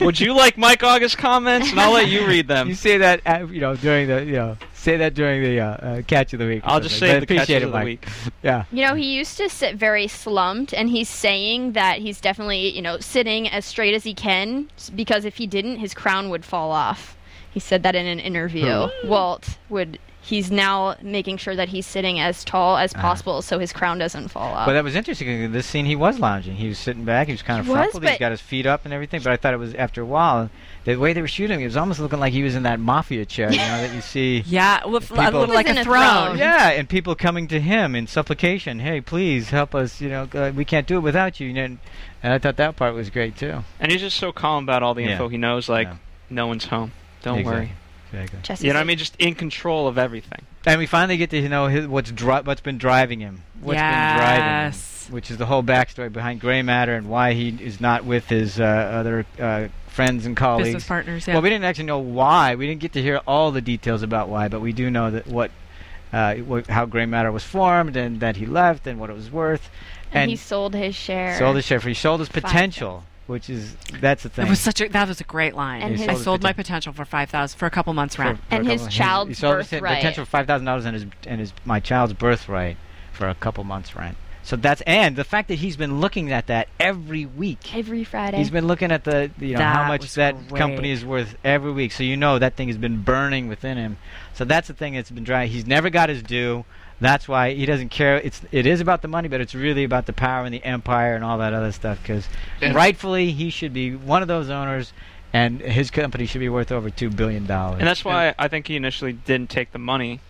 C: Would you like Mike August comments? And I'll let you
B: *laughs*
C: read them.
B: You say that uh, you know during the you know say that during the uh, uh, catch of the week. or
C: I'll just
B: something,
C: save
B: but
C: the catches
B: appreciate it,
C: of the
B: Mike.
C: week.
B: Yeah.
E: You know, he used to sit very slumped, and he's saying that he's definitely, you know, sitting as straight as he can s- because if he didn't, his crown would fall off. He said that in an interview.
D: Hmm.
E: Walt would. He's now making sure that he's sitting as tall as
D: Uh-huh.
E: possible so his crown doesn't fall off.
B: But that was interesting. 'cause In this scene, he was lounging. He was sitting back. He was kind of
E: He was,
B: crumpled. He's
E: but-
B: got his feet up and everything. But I thought it was after a while, the way they were shooting, him, it was almost looking like he was in that mafia chair, you know, that you see.
D: *laughs* Yeah, well, f- a
B: People-
D: little like
E: He was
D: a
E: in a
D: throne.
E: throne.
B: Yeah, and people coming to him in supplication. Hey, please help us. You know, uh, we can't do it without you. you know, And, and I thought that part was great too.
C: And he's just so calm about all the
B: Yeah.
C: info he knows. Like,
B: Yeah.
C: no one's home. Don't worry.
B: Exactly.
E: Jesse's
C: You know what I
E: like,
C: mean? Just in control of everything.
B: And we finally get to know his, what's dri- what's been driving him. What's been driving him.
D: yes.
B: which is the whole backstory behind Gray Matter and why he is not with his uh, other uh, friends and colleagues.
D: Business partners. Yeah.
B: Well, we didn't actually know why. We didn't get to hear all the details about why, but we do know that what, uh, wh- how Gray Matter was formed and that he left and what it was worth.
E: And, he sold his share.
B: sold his share. He sold his potential, which is that's the thing.
D: It was such a that was a great line.
E: And
D: I
E: his-
D: sold my potential for five thousand for a couple months
B: For-
D: rent.
B: for a
E: And his
B: couple- he- He
E: child's
B: sold his
E: birthright.
B: potential for five thousand dollars and his and his my child's birthright for a couple months rent. So that's and the fact that he's been looking at that every week.
E: every Friday.
B: He's been looking at the you know how
D: That
B: much
D: was
B: that company
D: great.
B: is worth every week, so you know that thing has been burning within him. So that's the thing that's been driving. He's never got his due. That's why he doesn't care. It's it is about the money, but it's really about the power and the empire and all that other stuff. Because
F: And-
B: rightfully he should be one of those owners, and his company should be worth over two billion dollars.
C: And that's why I think he initially didn't take the money.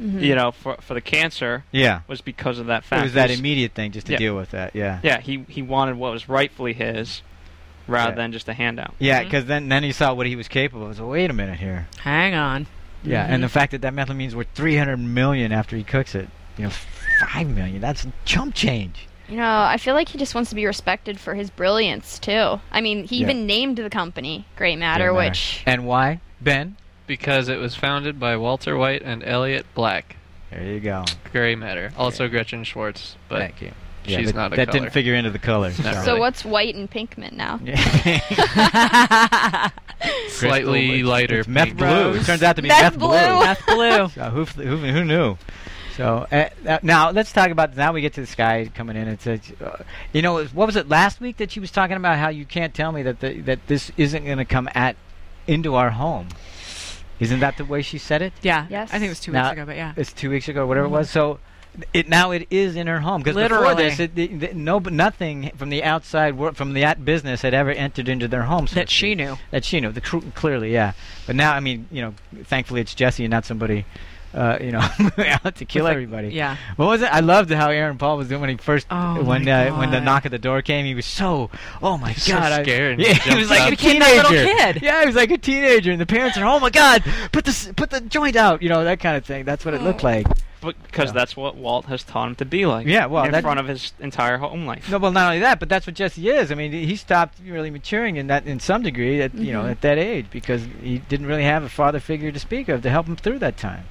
C: You know, for for the cancer
B: yeah,
C: was because of that
B: it
C: fact.
B: was that
C: He's-
B: immediate thing just to
C: Yeah.
B: deal with that. Yeah.
C: Yeah, he he wanted what was rightfully his, rather
B: Yeah.
C: than just a handout.
F: Mm-hmm.
B: Yeah, because then, then he saw what he was capable of. So wait a minute here.
D: *laughs* Hang on.
F: Mm-hmm.
B: Yeah, and the fact that that methamphetamines were 300 million after he cooks it, you know, 5 million, that's chump change.
E: You know, I feel like he just wants to be respected for his brilliance too. I mean, he
B: Yeah.
E: even named the company Great Matter,
B: Doesn't matter.
E: which
B: And why? Ben?
F: because it was founded by Walter White and Elliot Black.
B: There you go.
F: Gray matter. Also Gretchen Schwartz, but
B: Thank you.
F: she's
B: that,
F: not a
B: That
F: color.
B: didn't figure into the color.
F: Not
E: so
F: really.
E: what's white and Pinkman now?
B: *laughs*
F: slightly lighter.
B: It's meth
F: pink.
B: blue. It
D: Rose.
B: turns out to be meth,
E: Meth blue.
B: *laughs*
D: Meth blue.
B: So who, f- who, who knew? So uh, uh, now let's talk about. Now we get to this guy coming in and says, uh, "You know, what was it last week that she was talking about? How you can't tell me that the, that this isn't going to come at into our home? Isn't that the way she said it?
D: Yeah.
E: Yes.
D: I think it was two
B: Now-
D: weeks ago, but yeah.
B: It's two weeks ago, whatever it was. So it now it is in her home because before
D: Literally.
B: this, it, the, the, no, nothing from the outside wor- from the at business had ever entered into their home. so
D: That
B: to
D: she
B: speak.
D: knew.
B: That she knew. The cr- clearly, yeah. But now, I mean, you know, thankfully it's Jesse and not somebody, uh, you know, *laughs* out to kill
D: With, like,
B: everybody.
D: Yeah.
B: What was it? I loved how Aaron Paul was doing when he first
D: Oh,
B: when
D: my
B: uh, when the
D: God.
B: knock at the door came. He was so oh my
F: So
B: god,
F: scared and
B: I, yeah, he
F: jumped
B: was like
F: up.
B: a
D: Kid, that
B: teenager.
D: little kid.
B: Yeah, he was like a teenager, and the parents are oh my god, put the s- put the joint out, you know that kind of thing. That's what it looked like.
C: because
B: Yeah.
C: that's what Walt has taught him to be like.
B: Yeah, well,
C: in
B: that-
C: front of his entire home life.
B: No, well, not only that, but that's what Jesse is. I mean, he stopped really maturing in that in some degree at you know at that age because he didn't really have a father figure to speak of to help him through that time.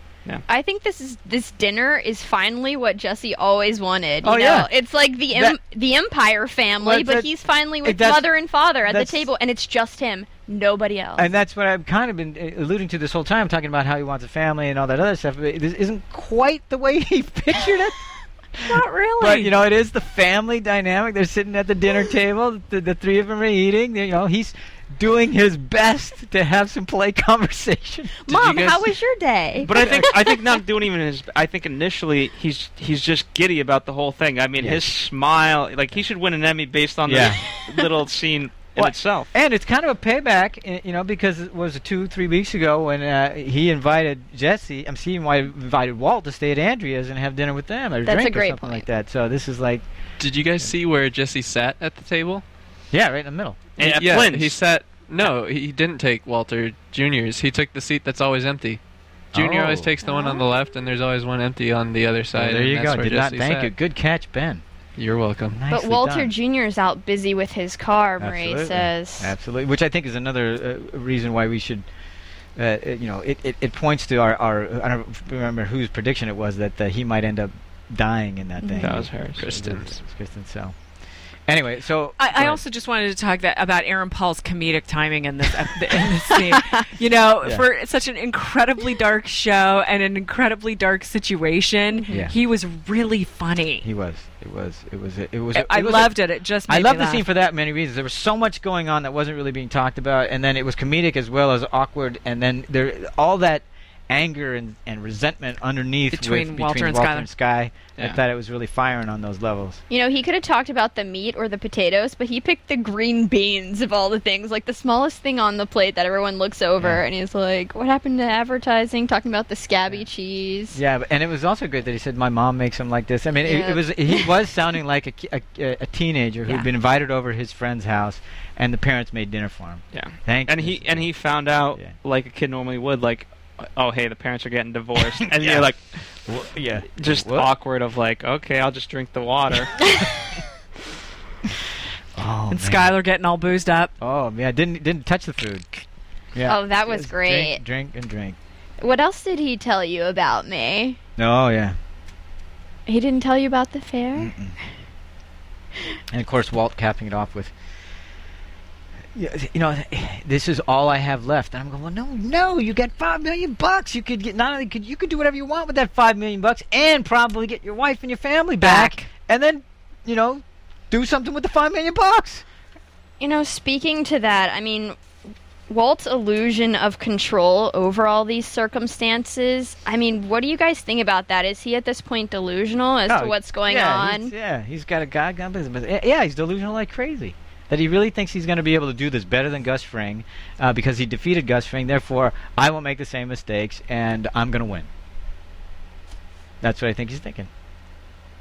E: I think this is this dinner is finally what Jesse always wanwanted. You
B: Oh,
E: know?
B: yeah.
E: it's like the em-
B: That-
E: the Empire family,
B: Well,
E: but
B: that-
E: he's finally
B: it-
E: with
B: that's-
E: mother and father at the
B: that's-
E: table, and it's just him, nobody else.
B: And that's what I've kind of been uh, alluding to this whole time, talking about how he wants a family and all that other stuff. But this isn't quite the way *laughs* he pictured it.
D: Not really.
B: But you know, it is the family dynamic. They're sitting at the dinner table. The, the three of them are eating. You know, he's doing his best to have some polite *laughs* conversation.
E: Mom,
F: guys-
E: how was your day?
C: But I think I think not doing even his. I think initially he's he's just giddy about the whole thing. I mean,
B: Yeah.
C: his smile, like he should win an Emmy based on
B: Yeah.
C: this *laughs* little scene in
B: Well,
C: itself.
B: And it's kind of a payback, i- you know, because it was two, three weeks ago when uh, he invited Jesse. I'm seeing why invited Walt to stay at Andrea's and have dinner with them or
E: That's a
B: drink or
E: great
B: something like
E: point.
B: that. So this is like,
F: Did you guys see where Jesse sat at the table?
B: yeah, right in the middle.
C: And at
F: yeah,
C: Flynn's,
F: he sat. No, he didn't take Walter Junior's. He took the seat that's always empty. Junior always
B: Oh.
F: takes the one on the left, and there's always one empty on the other
B: So
F: side.
B: there
F: and
B: you
F: that's
B: go.
F: where
B: Did not
F: Jesse
B: thank
F: sat.
B: you. Good catch, Ben.
F: You're welcome.
B: Nicely
E: but Walter
B: done.
E: Jr. is out busy with his car. Marie
B: Absolutely.
E: says.
B: Absolutely, which I think is another uh, reason why we should. Uh, it- you know, it, it, it points to our, our I don't remember whose prediction it was that uh, he might end up dying in
E: Mm-hmm.
B: that thing.
C: that was hers.
F: Kristen's.
B: Kristen. So, anyway, so go
D: I, I
B: ahead.
D: also just wanted to talk that about Aaron Paul's comedic timing in this ep- in this *laughs* scene. You know,
B: Yeah.
D: for such an incredibly dark show and an incredibly dark situation,
B: Yeah.
D: he was really funny.
B: he was it was it was it was.
D: I,
B: it
D: I
B: was a-
D: loved it. It just made
B: I
D: me
B: love the
D: laugh.
B: scene for that many reasons. There was so much going on that wasn't really being talked about, and then it was comedic as well as awkward, and then there all that anger and, and resentment underneath with-
D: Between Walter
B: between
D: and
B: Walter
D: Skyler.
B: and Sky. I
F: Yeah.
B: thought it was really firing on those levels.
E: You know, he could have talked about the meat or the potatoes, but he picked the green beans of all the things, like the smallest thing on the plate that everyone looks over,
B: Yeah.
E: and he's like, "What happened to advertising?" Talking about the scabby cheese.
B: Yeah, but, and it was also great that he said my mom makes him like this. I mean, it,
E: Yeah.
B: it was
E: *laughs*
B: he was sounding like a, ki- a, a teenager who had
D: Yeah.
B: been invited over to his friend's house, and the parents made dinner for him.
C: Yeah.
B: Thank
C: And
B: goodness.
C: he and he found out
B: Yeah.
C: like a kid normally would, like, oh hey, the parents are
B: *laughs*
C: getting divorced, and
B: Yeah.
C: you're like,
B: yeah,
C: just
B: What?
C: awkward of like, okay, I'll just drink
B: *laughs*
C: the water.
B: Oh,
D: and
B: man.
D: Skylar getting all boozed up.
B: Oh yeah, didn't didn't touch the food. Yeah.
E: Oh, that was
B: Just
E: great.
B: Drink, drink and drink.
E: What else did he tell you about me?
B: Oh yeah.
E: He didn't tell you about the fair.
B: And of course, Walt capping it off with, "Y- you know, this is all I have left. And I'm going, well, no, no, you got five million bucks. You could get not only could you could do whatever you want with that five million bucks, and probably get your wife and your family back,
D: Back.
B: and then, you know, do something with the five million bucks.
E: You know, speaking to that, I mean, Walt's illusion of control over all these circumstances. I mean, what do you guys think about that? Is he at this point delusional as
B: Oh,
E: to what's going
B: yeah,
E: on?
B: he's- yeah, he's got a goddamn business. but- eh, Yeah, he's delusional like crazy. That he really thinks he's going to be able to do this better than Gus Fring, uh, because he defeated Gus Fring. Therefore, I won't make the same mistakes, and I'm going to win. That's what I think he's thinking.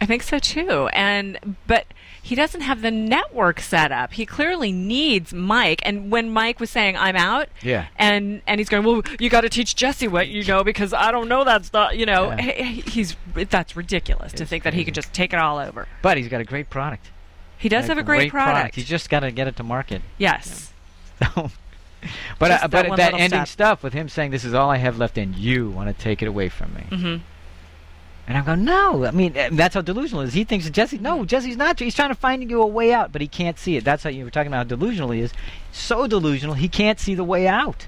D: I think so too. And but he doesn't have the network set up. He clearly needs Mike. And when Mike was saying I'm out,
B: Yeah.
D: and and he's going, well, you got to teach Jesse what you know because I don't know that stuff. You know,
B: Yeah.
D: he- he's that's ridiculous to
B: It's
D: think that he
B: crazy.
D: could just take it all over.
B: But he's got a great product.
D: He does have a great, product.
B: He's just got to get it to market.
D: yes.
B: *laughs* So- but
D: Just
B: uh,
D: that
B: but
D: one
B: that
D: little
B: ending
D: step.
B: stuff with him saying, "This is all I have left, and you want to take it away from me."
D: hmm
B: And I'm going, "No." I mean, uh, that's how delusional he is. He thinks that Jesse. No, Jesse's not. He's trying to find you a way out, but he can't see it. That's how you were talking about how delusional he is. So delusional, he can't see the way out.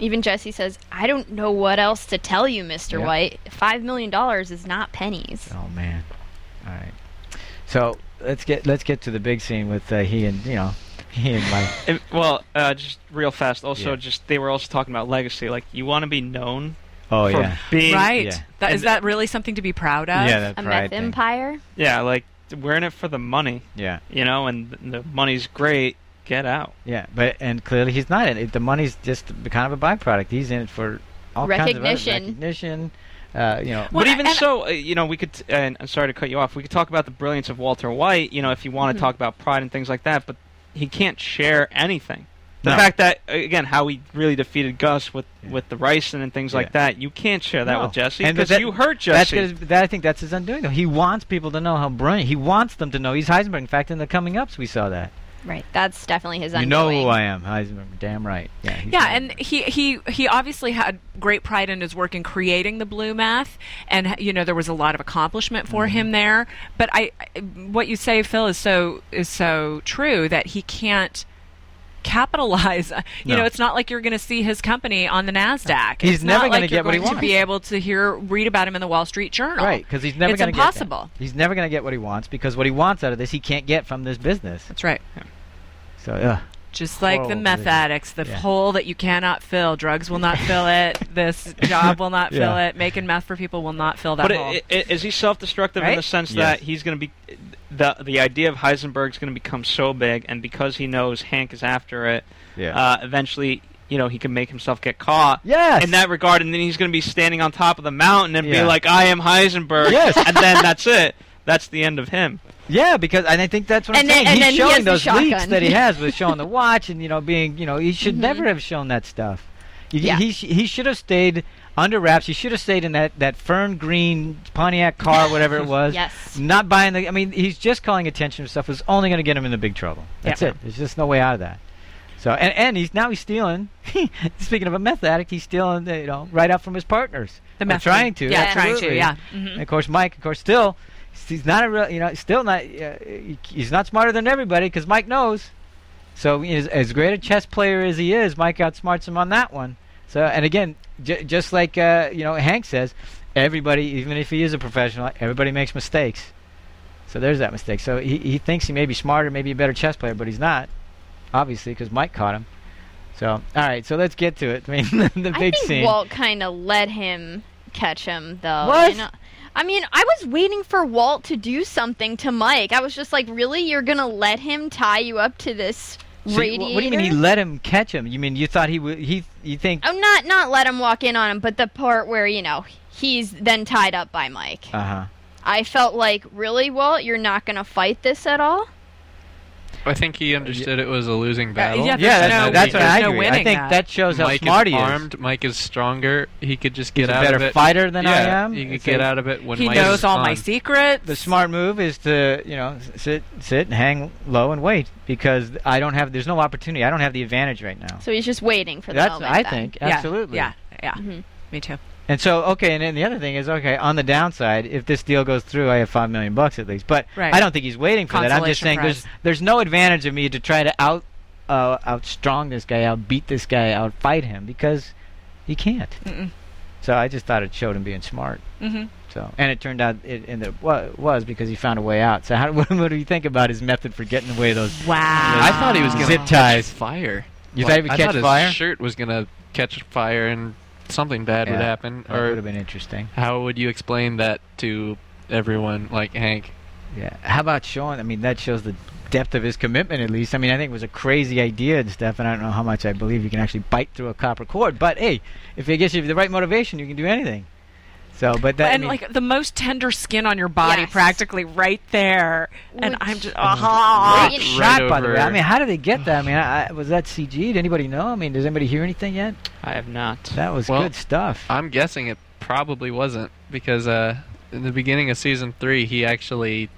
E: Even Jesse says, I don't know what else to tell you, Mr.
B: Yeah.
E: White. $5 million is not pennies.
B: Oh man. All right. So let's get let's get to the big scene with uh, he and you know he and Mike.
C: It- well, uh, just real fast. Also,
B: Yeah.
C: just they were also talking about legacy. Like you want to be known
B: Oh
C: for
B: yeah.
C: being
D: Right.
B: yeah.
D: That, is
C: And-
D: that really something to be proud of?
B: Yeah, that
E: A
B: pride
E: meth
B: thing.
E: empire?
C: Yeah, like we're in it for the money,
B: Yeah,
C: you know, and th- the money's great. Get out.
B: yeah, but and clearly he's not in it. The money's just kind of a byproduct. He's in it for all kinds of
E: Recognition.
B: other- recognition. Uh, you know,
D: Well,
C: but even
D: and-
C: so, uh, you know, we could. And I'm sorry to cut you off. We could talk about the brilliance of Walter White. You know, if you want
D: Mm-hmm.
C: to talk about pride and things like that, but he can't share anything. The
B: No.
C: fact that uh, again, how he really defeated Gus with
B: Yeah.
C: with the ricin and things
B: Yeah.
C: like that, you can't share that
B: No.
C: with Jesse
B: And
C: because
B: that-
C: you hurt
B: that's
C: Jesse.
B: gonna- that I think that's his undoing. Though he wants people to know how brilliant. He wants them to know he's Heisenberg. In fact, in the coming ups, we saw that.
E: Right. That's definitely his
B: you
E: undoing.
B: know who I am, Heisenberg. Damn right. Yeah. he's
D: Yeah,
B: Heisenberg.
D: and he, he he obviously had great pride in his work in creating the blue math, and you know there was a lot of accomplishment
B: Mm-hmm.
D: for him there. But I, I- what you say, Phil, is so is so true that he can't capitalize. *laughs* You
B: No.
D: know, it's not like you're going to see his company on the Nasdaq.
B: He's
D: It's
B: never
D: not
B: gonna
D: like you're
B: get what he
D: going to be
B: wants.
D: able to hear read about him in the Wall Street Journal.
B: Right, because he's never
D: It's
B: going to get that.
D: impossible.
B: He's never going to get what he wants because what he wants out of this, he can't get from this business.
D: That's right.
B: So, ugh.
D: Just like the
B: Horrible
D: meth
B: position.
D: addicts, the
B: Yeah.
D: hole that you cannot fill. Drugs will not
B: *laughs*
D: fill it. This job will not fill
B: Yeah.
D: it. Making meth for people will not fill that
C: but i
D: hole.
C: i- i- is he self-destructive in
D: Right?
C: the sense
B: Yes.
C: that he's going to be the the idea of Heisenberg's going to become so big, and because he knows Hank is after it, uh, eventually, you know, he can make himself get caught.
B: Yes.
C: In that regard, and then he's going to be standing on top of the mountain and
B: Yeah.
C: be like, "I am Heisenberg."
B: Yes.
C: And then that's it. That's the end of him.
B: Yeah, because and I think that's what
E: And
B: I'm
E: then-
B: saying.
E: and
B: he's
E: then he
B: showing
E: has the
B: those leaks
E: shotgun. Mm-hmm.
B: that he has with
E: *laughs*
B: showing the watch and you know being you know he should never have shown that stuff. He-
E: Yeah.
B: He sh- he should have stayed under wraps. He should have stayed in that that fern green Pontiac car, whatever
E: *laughs*
B: it was.
E: Yes.
B: Not buying the. I mean, he's just calling attention to stuff that's only going to get him into big trouble. That's
D: Yeah.
B: it. There's just no way out of that. So and and he's now he's stealing. *laughs* Speaking of a meth addict, he's stealing you know right out from his partners.
D: The
B: Or
D: meth
B: trying to.
D: thing. Yeah,
B: absolutely.
D: trying to. Yeah. Mm-hmm.
E: Mm-hmm.
B: And of course, Mike, of course, still, he's not a real, you know, still not, uh, he- he's not smarter than everybody because Mike knows. So, you know, as, as great a chess player as he is, Mike outsmarts him on that one. So, and again, j- just like, uh, you know, Hank says, everybody, even if he is a professional, everybody makes mistakes. So there's that mistake. So he, he thinks he may be smarter, maybe a better chess player, but he's not, obviously, because Mike caught him. So, all right, so let's get to it. *laughs* I mean, the
E: I
B: big
E: think
B: scene.
E: Walt kind of let him catch him, though.
B: What?
E: You know? I mean, I was waiting for Walt to do something to Mike. I was just like, really? You're going to let him tie you up to this
B: So you-
E: radiator?
B: wh- What do you mean he let him catch him? You mean you thought he would? He you think?
D: Oh,
E: I'm not not let him walk in on him, but the part where you know he's then tied up by Mike.
B: Uh huh.
E: I felt like, really, Walt, you're not gonna fight this at all.
F: I think he understood it was a losing battle.
D: yeah,
B: Yeah,
D: There's
B: that's,
D: no-
B: that's what
D: there's
B: I
D: no
B: agree. I
D: winning
B: think
D: that.
B: that, shows how
F: Oh, Mike
B: smart
F: is
B: he is.
F: armed. Mike is stronger. He could just get
B: He's a
F: out of
B: better
F: it.
B: fighter than I
F: Yeah,
B: am.
F: He could
B: It's
F: get
B: a-
F: out of it when
D: he
F: Mike
D: knows
F: is
D: all my
F: gone.
D: secrets.
B: The smart move is to you know s- sit sit and hang low and wait because I don't have there's no opportunity. I don't have the advantage right now.
E: So he's just waiting for the
B: That's
E: moment.
B: I
E: then. Mm-hmm.
B: think
D: Yeah,
B: absolutely.
D: Yeah, yeah.
B: *laughs*
D: Me too.
B: And so okay, and then the other thing is okay. On the downside, if this deal goes through, I have five million bucks at least. But
D: Right.
B: I don't think he's waiting for that. I'm just
D: Consolation
B: saying
D: prize.
B: there's there's no advantage of me to try to out uh, outstrong this guy, outbeat this guy, outfight him because he can't.
D: Mm-mm.
B: So I just thought it showed him being smart.
D: hmm
B: So and it turned out it ended up wa- was because he found a way out. So how, *laughs* what, what do you think about his method for getting away those?
D: Wow.
F: I thought he was gonna
B: Ah. Zip
F: catch
B: ties.
F: fire.
B: You
F: Like,
B: thought he would
F: I
B: catch
F: his
B: fire?
F: Shirt was gonna catch fire and something bad would
B: Yeah.
F: happen.
B: That would
F: Or
B: have been interesting.
F: how would you explain that to everyone, like Hank?
B: Yeah. How about showing? I mean, that shows the depth of his commitment. At least, I mean, I think it was a crazy idea and stuff. And I don't know how much I believe you can actually bite through a copper cord. But hey, if it gets you the right motivation, you can do anything. So, but that I
D: and
B: mean,
D: like the most tender skin on your body,
E: Yes.
D: practically right there. And
E: Which-
D: I'm just, aha.
E: Right.
B: shot by the way. I
F: over-
B: mean, how did they get that? I mean, I, I- was that CG? Did anybody know? I mean, does anybody hear anything yet?
C: I have not.
B: That was
F: Well,
B: good stuff.
F: I'm guessing it probably wasn't because uh, in the beginning of season three, he actually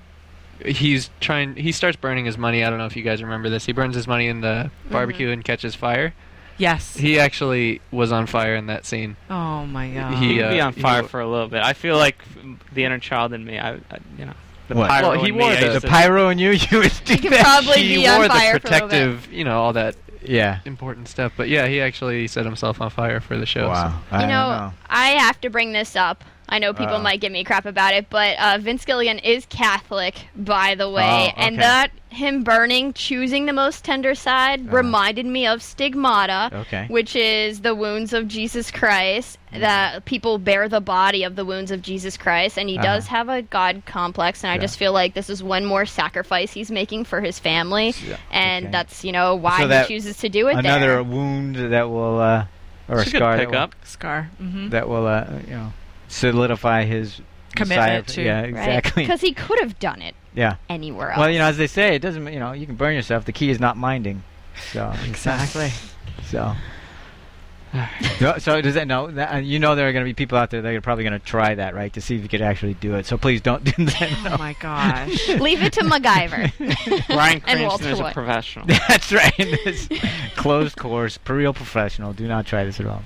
F: he's trying he starts burning his money. I don't know if you guys remember this. He burns his money in the barbecue and catches fire.
D: Yes.
F: He actually was on fire in that scene.
D: oh my God.
F: He,
C: He could be
F: uh,
C: on
F: he
C: fire
F: wa-
C: for a little bit. I feel like the inner child in me. I, I you know, the
B: What?
C: pyro
F: Well, he
C: in me,
F: wore
C: I
F: the-
C: used
B: the
C: to-
B: pyro and you, *laughs* you would think
E: could
B: that
E: probably
B: she
E: be
B: wore
E: on
B: the-
E: fire for a little bit.
F: Protective, you know, all that
B: Yeah.
F: important stuff. But yeah, he actually set himself on fire for the show.
B: Wow. I
E: You
B: don't
E: know,
B: know.
E: I have to bring this up. I know people
B: Uh.
E: might give me crap about it, but uh, Vince Gilligan is Catholic, by the way,
F: Oh, okay.
E: and that him burning, choosing the most tender side,
B: Uh.
E: reminded me of stigmata,
B: Okay.
E: which is the wounds of Jesus Christ.
B: Mm-hmm.
E: That people bear the body of the wounds of Jesus Christ, and he
B: Uh-huh.
E: does have a God complex, and I just feel like this is one more sacrifice he's making for his family,
B: Yeah,
E: and
B: okay.
E: that's you know why
B: So that-
E: he chooses to do it.
B: Another
E: there.
B: wound that will, uh, or a
C: It's a good
B: scar that will-
C: pickup.
D: Scar. hmm
B: that will, uh, you know, solidify his
D: Commitment
B: desire-
D: to-
B: Yeah, exactly.
E: Because he could have done it
B: Yeah.
E: anywhere else.
B: Well, you know, as they say, it doesn't. You know, you can burn yourself. The key is not minding. So *laughs*
C: Exactly.
B: So. No, so does that no? That, uh, you know there are going to be people out there that are probably going to try that, right, to see if you could actually do it. So please don't *laughs* do that.
D: Oh my gosh.
B: *laughs*
E: Leave it to MacGyver.
C: Brian
E: And Walter
C: Cranston is a
E: White.
C: professional.
B: That's right. This closed course, per real professional. Do not try this at all.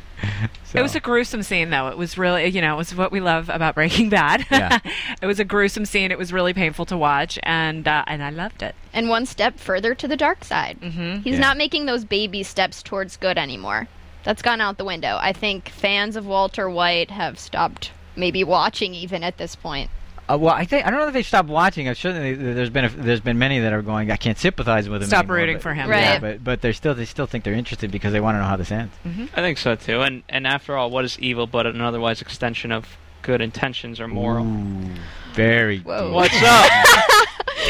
B: So,
D: It was a gruesome scene, though. It was really, you know, it was what we love about Breaking *laughs* Bad.
B: Yeah.
D: it was a gruesome scene. It was really painful to watch, and uh, and I loved it.
E: and one step further to the dark side. Mm-hmm. He's
B: Yeah.
E: not making those baby steps towards good anymore. That's gone out the window. I think fans of Walter White have stopped maybe watching even at this point.
B: Uh, well, I think I don't know if they stopped watching. I'm sure they, there's been a, there's been many that are going. I can't sympathize with him.
D: Stop
B: anymore,"
D: rooting
B: but-
D: for him.
E: Right.
B: Yeah, but but they still they still think they're interested because they want to know how this ends.
D: Mm-hmm.
C: I think so too. And and after all, what is evil but an otherwise extension of good intentions or moral?
B: Very.
E: Whoa.
B: deep.
C: What's up?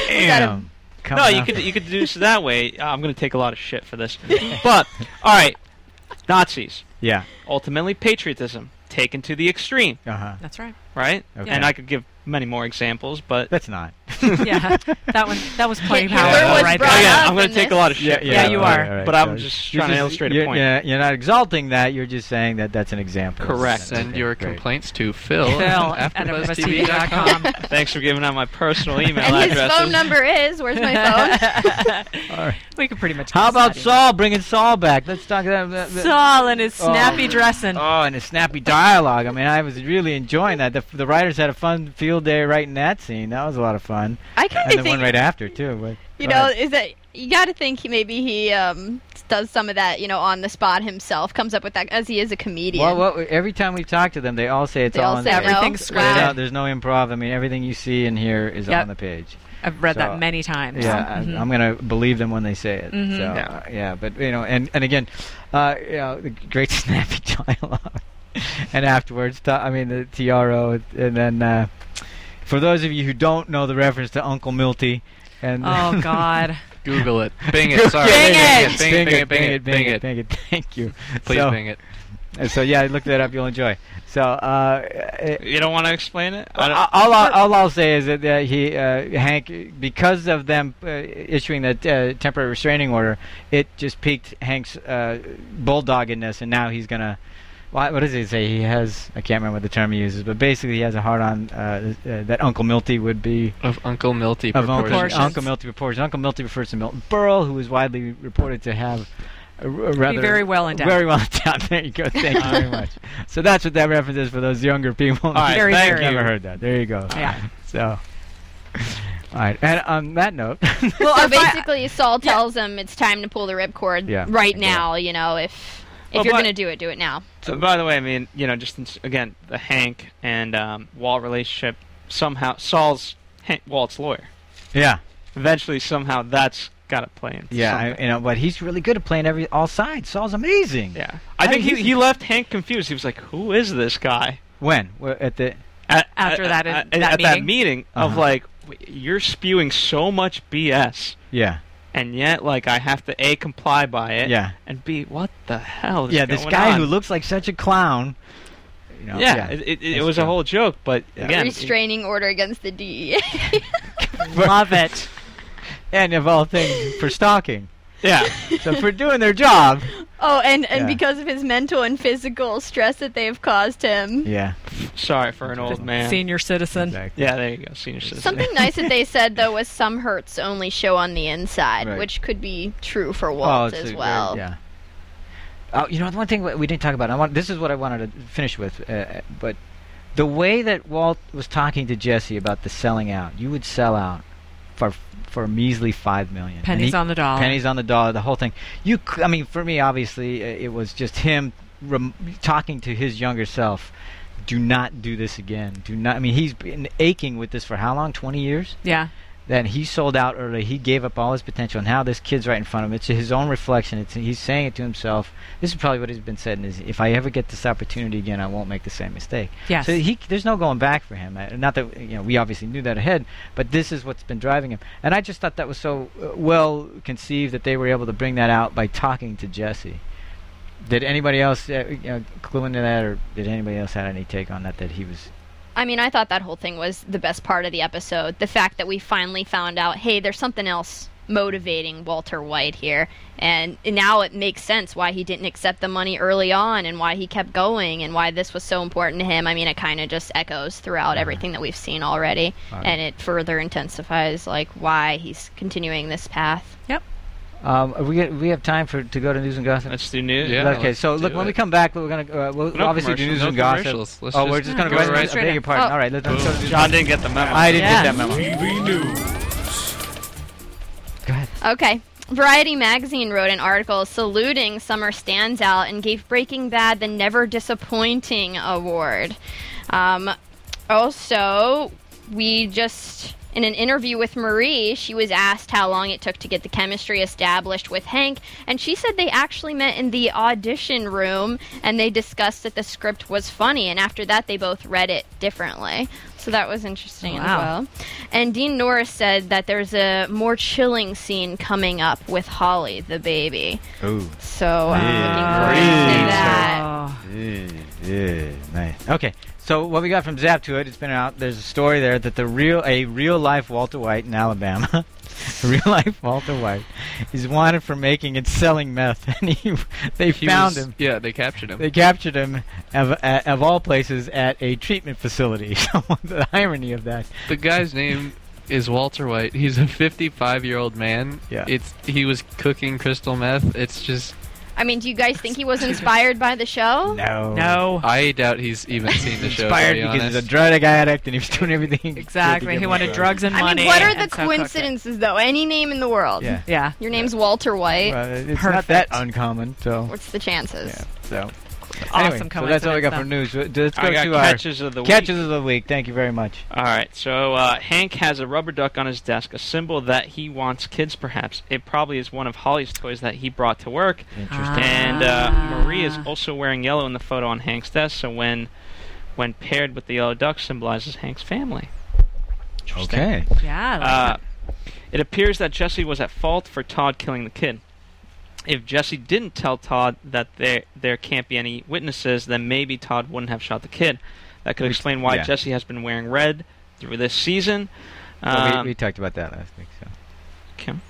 B: Damn. Come
C: no, you
B: on.
C: could you could deduce it that way. Uh, I'm going to take a lot of shit for this, but all right, Nazis.
B: Yeah.
C: Ultimately, patriotism taken to the extreme,
B: Uh huh.
D: That's right.
C: right?
B: Okay.
C: And I could give many more examples, but
B: That's not.
D: *laughs*
B: *laughs*
D: Yeah, that one. That was plenty
E: Hitler
D: powerful,
E: was
D: uh, right
E: brought
C: Oh,
D: there.
C: yeah,
E: up
C: I'm going
E: in
C: to take
E: this.
C: a lot of shit. for
D: yeah,
C: that.
D: you
B: all
D: are.
B: all
C: But I'm
B: so
C: just
B: you're
C: trying to illustrate a
B: you're-
C: point.
B: Yeah, you're not exalting that. You're just saying that that's an example.
C: Correct.
F: Send
B: Okay,
F: your
B: great.
F: complaints to Phil,
D: Phil
B: Oh,
F: at
D: at
F: AfterBuzzTV.com.
D: AfterBuzzTV.com.
C: Thanks for giving out my personal email
E: and his
C: address.
E: phone number is
B: *laughs*
E: where's my phone?
D: we could pretty much.
B: How about
D: Saul?
B: Saul bringing Saul back? Let's talk about that.
D: Saul and his snappy dressing.
B: Oh, and the snappy dialogue. I mean, I was really enjoying that. The, the writers had a fun field day writing that scene. That was a lot of fun.
E: I kind
B: And
E: of
B: the one
E: think
B: right after, too. But,
E: you
B: go
E: know
B: ahead.
E: is that you got to think he, maybe he um, does some of that you know on the spot himself. Comes up with that as he is a comedian.
B: Well, well, every time we talk to them, they all say it's
E: They all
B: on
E: say
B: the
E: no.
B: page.
D: Everything's
E: Wow.
B: There's
D: scripted.
B: no- there's no improv. I mean, everything you see and hear is
D: Yep.
B: on the page.
D: I've read
B: So-
D: that many times. Mm-hmm.
B: Yeah, I, I'm gonna believe them when they say it. So
C: Yeah.
B: uh, yeah, but you know, and and again, uh, you know, the great *laughs* snappy dialogue, and afterwards, t- I mean, the TRO, and then uh, for those of you who don't know the reference to Uncle Milty, and *laughs*
D: Oh God.
F: Google
C: *laughs*
F: it. Bing it. Sorry.
D: Bing it.
F: Bing it. Bing it. Bing it. Bing it.
B: bing it, Thank you.
F: Please
B: so,
F: bing it.
B: it. So yeah, look that up. You'll enjoy. So uh, it,
C: You don't want to explain it? I don't,
B: all, all, I'll, all I'll say is that uh, he, uh, Hank, because of them uh, issuing that uh, temporary restraining order, it just piqued Hank's uh, bulldoggedness, and now he's gonna. What, what does he say? He has I can't remember the term he uses, but basically he has a hard on uh, uh, that Uncle Milty would be
F: Of Uncle Milty
B: of Uncle,
F: proportions.
B: Uncle Milty proportions. Uncle Milty refers to Milton Berle, who is widely reported to have. A, a rather
D: very well endowed.
B: Very well endowed. *laughs* There you go. Thank you very much. So that's what that reference is for those younger people.
C: all right,
D: Very,
C: thank
D: very-
C: you.
B: Never heard that. There you go.
D: Yeah.
B: *laughs* So, all right. And on that
C: *laughs*
B: note,
D: Well,
E: so
D: if I-
E: basically, Saul tells him it's time to pull the ripcord
B: Yeah.
E: right
B: Okay.
E: now. You know, if if
C: Well,
E: you're
C: but-
E: gonna do it, do it now.
C: So, by the way, I mean, you know, just in, again, the Hank and um, Walt relationship somehow Saul's Hank, Walt's lawyer.
B: yeah,
C: Eventually, somehow, that's got to play into
B: yeah. I,
C: something.
B: you know, but he's really good at playing every all sides. Saul's amazing.
C: yeah. I
B: I
C: think he,
B: think-
C: he left Hank confused. He was like, "Who is this guy?"
B: When Well, at the
C: At,
D: After that-
C: at,
D: that
C: at that
D: meeting?
C: meeting of
B: Uh-huh.
C: like, "W- you're spewing so much BS,
B: yeah
C: and yet like I have to a comply by it,
B: yeah
C: and b what the hell? Is
B: yeah this
C: going
B: guy
C: on?
B: who looks like such a clown. You know?
C: Yeah, it, it, it
B: That's
C: was a
B: true. *laughs*
C: whole joke, but
B: Yeah.
E: *laughs*
C: again,
E: Restraining order against the E. DEA. *laughs*
H: Love it.
B: And of all things, for stalking.
C: yeah,
E: *laughs*
B: So for doing their job.
E: oh, and, and
B: Yeah.
E: because of his mental and physical stress that they have caused him.
B: Yeah.
C: sorry for an old man.
D: Senior citizen.
B: Exactly.
C: Yeah, there you go, senior
B: *laughs*
C: citizen.
E: Something nice that they said though was some hurts only show on the inside,
B: Right.
E: which could be true for
B: Oh,
E: Walt
B: it's a
E: as
B: very-
E: well.
B: yeah. Oh, you know the one thing we we didn't talk about. I want this is what I wanted to finish with, uh, but the way that Walt was talking to Jesse about the selling out, you would sell out for for a measly five million. And
D: Pennies
B: he-
D: on the dollar.
B: Pennies on the dollar. The whole thing. You, c- I mean, for me, obviously, uh, it was just him rem- talking to his younger self. Do not do this again. Do not. I mean, he's been aching with this for how long? Twenty years
D: Yeah.
B: that he sold out early. He gave up all his potential, and now this kid's right in front of him. It's his own reflection. It's he's saying it to himself. This is probably what he's been saying: is if I ever get this opportunity again, I won't make the same mistake.
D: Yes.
B: So he, there's no going back for him. Uh, Not that you know, we obviously knew that ahead, but this is what's been driving him. And I just thought that was so uh, well conceived that they were able to bring that out by talking to Jesse. Did anybody else uh, you know, clue into that, or did anybody else have any take on that? That he was
E: I mean, I thought that whole thing was the best part of the episode. The fact that we finally found out, hey, there's something else motivating Walter White here. And now it makes sense why he didn't accept the money early on and why he kept going and why this was so important to him. I mean, it kind of just echoes throughout everything that we've seen already. And it further intensifies, like, why he's continuing this path.
B: Um, are we we have time for to go to news and gossip.
C: Let's do news.
F: Yeah,
B: okay,
F: let's
B: so
F: do
B: look,
F: it.
B: when we come back, we're gonna uh, we'll
F: No
B: obviously do
F: commercials,
B: news
F: no
B: and gossip.
F: commercials. Let's
B: oh,
F: just
B: we're just gonna
F: go
B: go right.
F: right
B: I beg your pardon.
E: Oh.
B: All right, let's. let's go to
C: John
B: news.
C: didn't get the memo.
B: I didn't
D: Yes.
B: get that memo.
G: TV News.
B: Go ahead.
E: Okay. Variety magazine wrote an article saluting Summer Standout and gave Breaking Bad the Never Disappointing Award. Um, also, we just, in an interview with Marie, she was asked how long it took to get the chemistry established with Hank, and she said they actually met in the audition room and they discussed that the script was funny, and after that, they both read it differently. So that was interesting as
D: Wow.
E: well. And Dean Norris said that there's a more chilling scene coming up with Holly, the baby.
B: Ooh,
E: So um, I'm looking forward to
B: Preacher.
E: that.
B: yeah, nice. Okay, so what we got from Zap to it? It's been out. There's a story there that the real a real life Walter White in Alabama. *laughs* Real life Walter White is wanted for making and selling meth, *laughs* and he, they
F: He
B: found
F: was-
B: him.
F: Yeah, they captured him.
B: They captured him, of, uh, of all places, at a treatment facility. *laughs* So the irony of that.
F: The guy's name is Walter White. He's a 55-year-old man.
B: Yeah.
F: It's he was cooking crystal meth. It's just
E: I mean, do you guys think he was inspired by the show?
B: No.
D: No.
F: I doubt he's even seen the show. to
B: Inspired
F: be
B: because he's a
F: honest.
B: drug addict and he was doing everything. he could to
D: *laughs* Exactly.
B: get
D: He
B: away
D: wanted
B: with.
D: drugs and
E: I
D: money.
E: mean, what are
D: and
E: the
D: so cooked it.
E: coincidences, though? Any name in the world.
B: Yeah.
D: Yeah.
E: Your name's Walter White.
B: Well, it's not
D: Perfect.
B: that uncommon. So.
E: What's the chances?
B: Yeah. So.
D: Awesome
B: anyway, so
D: coincidence,
B: that's all we got
D: though.
B: for news. Uh, Let's go
C: I got
B: to our
C: catches of the week.
B: catches of the week. Thank you very much.
C: All right, so uh, Hank has a rubber duck on his desk, a symbol that he wants kids, perhaps. It probably is one of Holly's toys that he brought to work.
F: Mm.
D: Uh-huh.
B: Interesting.
C: And uh,
D: Ah.
C: Marie is also wearing yellow in the photo on Hank's desk, so when when paired with the yellow duck, symbolizes Hank's family. Interesting.
B: Okay.
D: Yeah. I like
C: Uh,
D: that.
C: it appears that Jesse was at fault for Todd killing the kid. If Jesse didn't tell Todd that there there can't be any witnesses, then maybe Todd wouldn't have shot the kid. That could explain why
B: yeah.
C: Jesse has been wearing red through this season.
B: Well,
C: Um,
B: we, we talked about that last week. So.
C: Kim.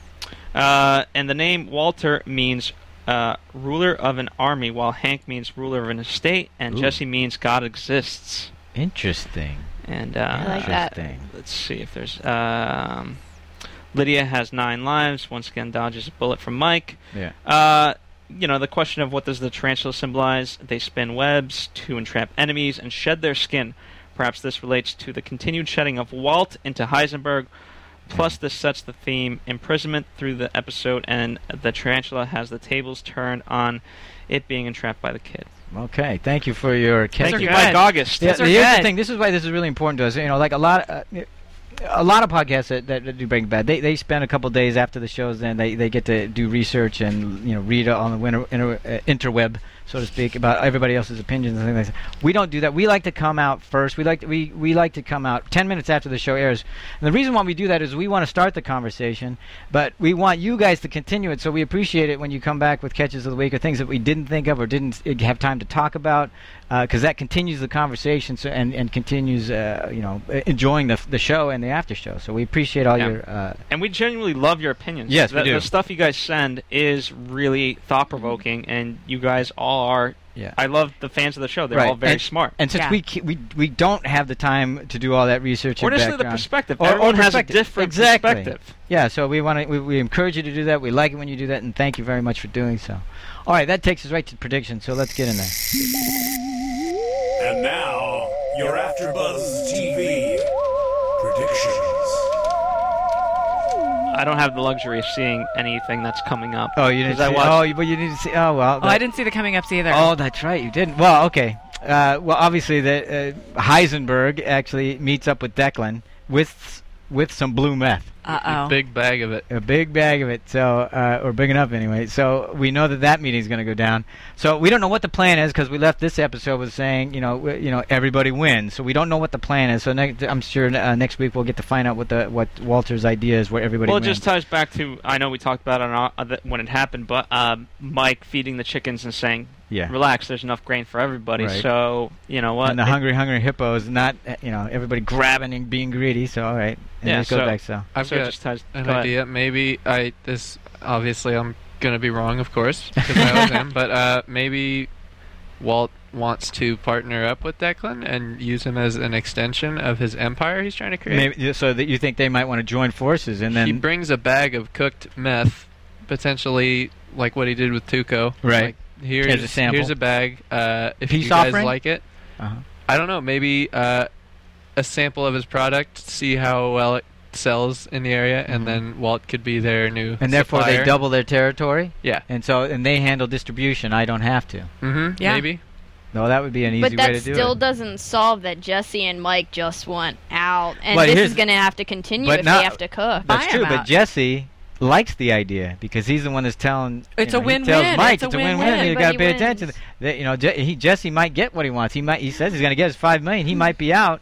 C: Uh, and the name Walter means uh, ruler of an army, while Hank means ruler of an estate, and
B: Ooh.
C: Jesse means God exists.
B: Interesting.
C: And uh,
E: like that.
B: Interesting.
C: let's see if there's. Um, Lydia has nine lives. Once again, dodges a bullet from Mike.
B: Yeah.
C: Uh, you know, the question of what does the tarantula symbolize? They spin webs to entrap enemies and shed their skin. Perhaps this relates to the continued shedding of Walt into Heisenberg. Plus, this sets the theme imprisonment through the episode, and the tarantula has the tables turned on it being entrapped by the kid.
B: Okay. Thank you for your catches.
C: Thank
D: are
C: you,
D: good.
C: Mike August.
B: Yeah,
D: Those are
B: the other
D: good.
B: thing. This is why this is really important to us. You know, like a lot, uh, a lot of podcasts that, that, that do Breaking Bad, they they spend a couple days after the shows, then they they get to do research and you know read on the winter, inter, uh, interweb so to speak, about everybody else's opinions and things like that. We don't do that. We like to come out first. We like to, we we like to come out 10 minutes after the show airs. And the reason why we do that is we want to start the conversation, but we want you guys to continue it. So we appreciate it when you come back with catches of the week or things that we didn't think of or didn't eh, have time to talk about, because that continues the conversation so, and and continues uh, you know eh, enjoying the f- the show and the after show. So we appreciate all
C: Yeah.
B: your. Uh,
C: And we genuinely love your opinions.
B: Yes, we
C: the,
B: do.
C: the stuff you guys send is really thought provoking, and you guys all are.
B: Yeah.
C: I love the fans of the show. They're
B: Right,
C: all very
B: and-
C: smart.
B: And since
D: Yeah.
B: we, ke- we we don't have the time to do all that research,
C: or
B: and
C: just the
B: background-
C: perspective.
B: Or- or
C: Everyone has a
B: perspective.
C: different
B: Exactly.
C: perspective.
B: Yeah, so we want to we, we encourage you to do that. We like it when you do that, and thank you very much for doing so. All right, that takes us right to predictions. So let's get in there.
G: And now, your AfterBuzz TV predictions.
C: I don't have the luxury of seeing anything that's coming up.
B: Oh, you didn't.
C: 'Cause I
B: see-
C: watch-
B: oh, you, but you didn't see. Oh well.
D: Oh, I
B: that-
D: didn't see the coming ups either.
B: Oh, that's right. You didn't. Well, okay. Uh, well, obviously, the, uh, Heisenberg actually meets up with Declan with with some blue meth.
D: Uh oh.
F: Big bag of it.
B: a big bag of it, so uh, or big enough anyway. So we know that that meeting's going to go down. So we don't know what the plan is because we left this episode with saying, you know, w- you know, everybody wins. So we don't know what the plan is. So next, I'm sure uh, next week we'll get to find out what the what Walter's idea is, where everybody
C: well, it
B: wins.
C: just ties back to I know we talked about it on, uh, that- when it happened, but um, Mike feeding the chickens and saying,
B: Yeah.
C: "Relax, there's enough grain for everybody."
B: Right.
C: So you know what?
B: and the
C: It-
B: hungry, hungry hippo is not, uh, you know, everybody grabbing and being greedy. So all right, and
C: Yeah,
B: this goes
C: so-
B: back. So
F: I've
C: so it
F: got
C: just ties.
F: an
C: go ahead.
F: idea. Maybe I this obviously I'm gonna be wrong, of course, because I always
B: *laughs*
F: am. But uh, maybe Walt wants to partner up with Declan and use him as an extension of his empire he's trying to create.
B: maybe so that you think they might want to join forces, and
F: he
B: then
F: brings a bag of cooked meth, potentially like what he did with Tuco.
B: Right.
F: Like, here's,
B: Here's a sample.
F: Here's a bag. Uh, if
B: Peace
F: you guys
B: offering?
F: like it,
B: Uh-huh.
F: I don't know. Maybe uh, a sample of his product, see how well it sells in the area, and then Walt could be their new
B: and therefore they
F: supplier.
B: double their territory.
F: Yeah.
B: And so, and they handle distribution. I don't have to.
F: Mm-hmm.
D: Yeah.
F: Maybe.
B: No, that would be an easy
E: But
B: way
E: that
B: to do
E: still
B: it.
E: doesn't solve that Jesse and Mike just want out, and
B: Well,
E: this
B: here's-
E: is going to have to continue
B: but
E: if
B: not-
E: they have to cook.
B: That's
D: I
B: true,
D: am
B: but
D: out.
B: Jesse likes the idea because he's the one that's telling.
D: It's
B: you
D: a
B: know, he tells
D: win-win.
B: Mike
D: It's a
B: win-win.
D: win-win.
B: You got to
E: Everybody
B: pay
E: wins.
B: attention. That, you know, Je- he, Jesse might get what he wants. He might. He says he's going to get his five million. He might be out.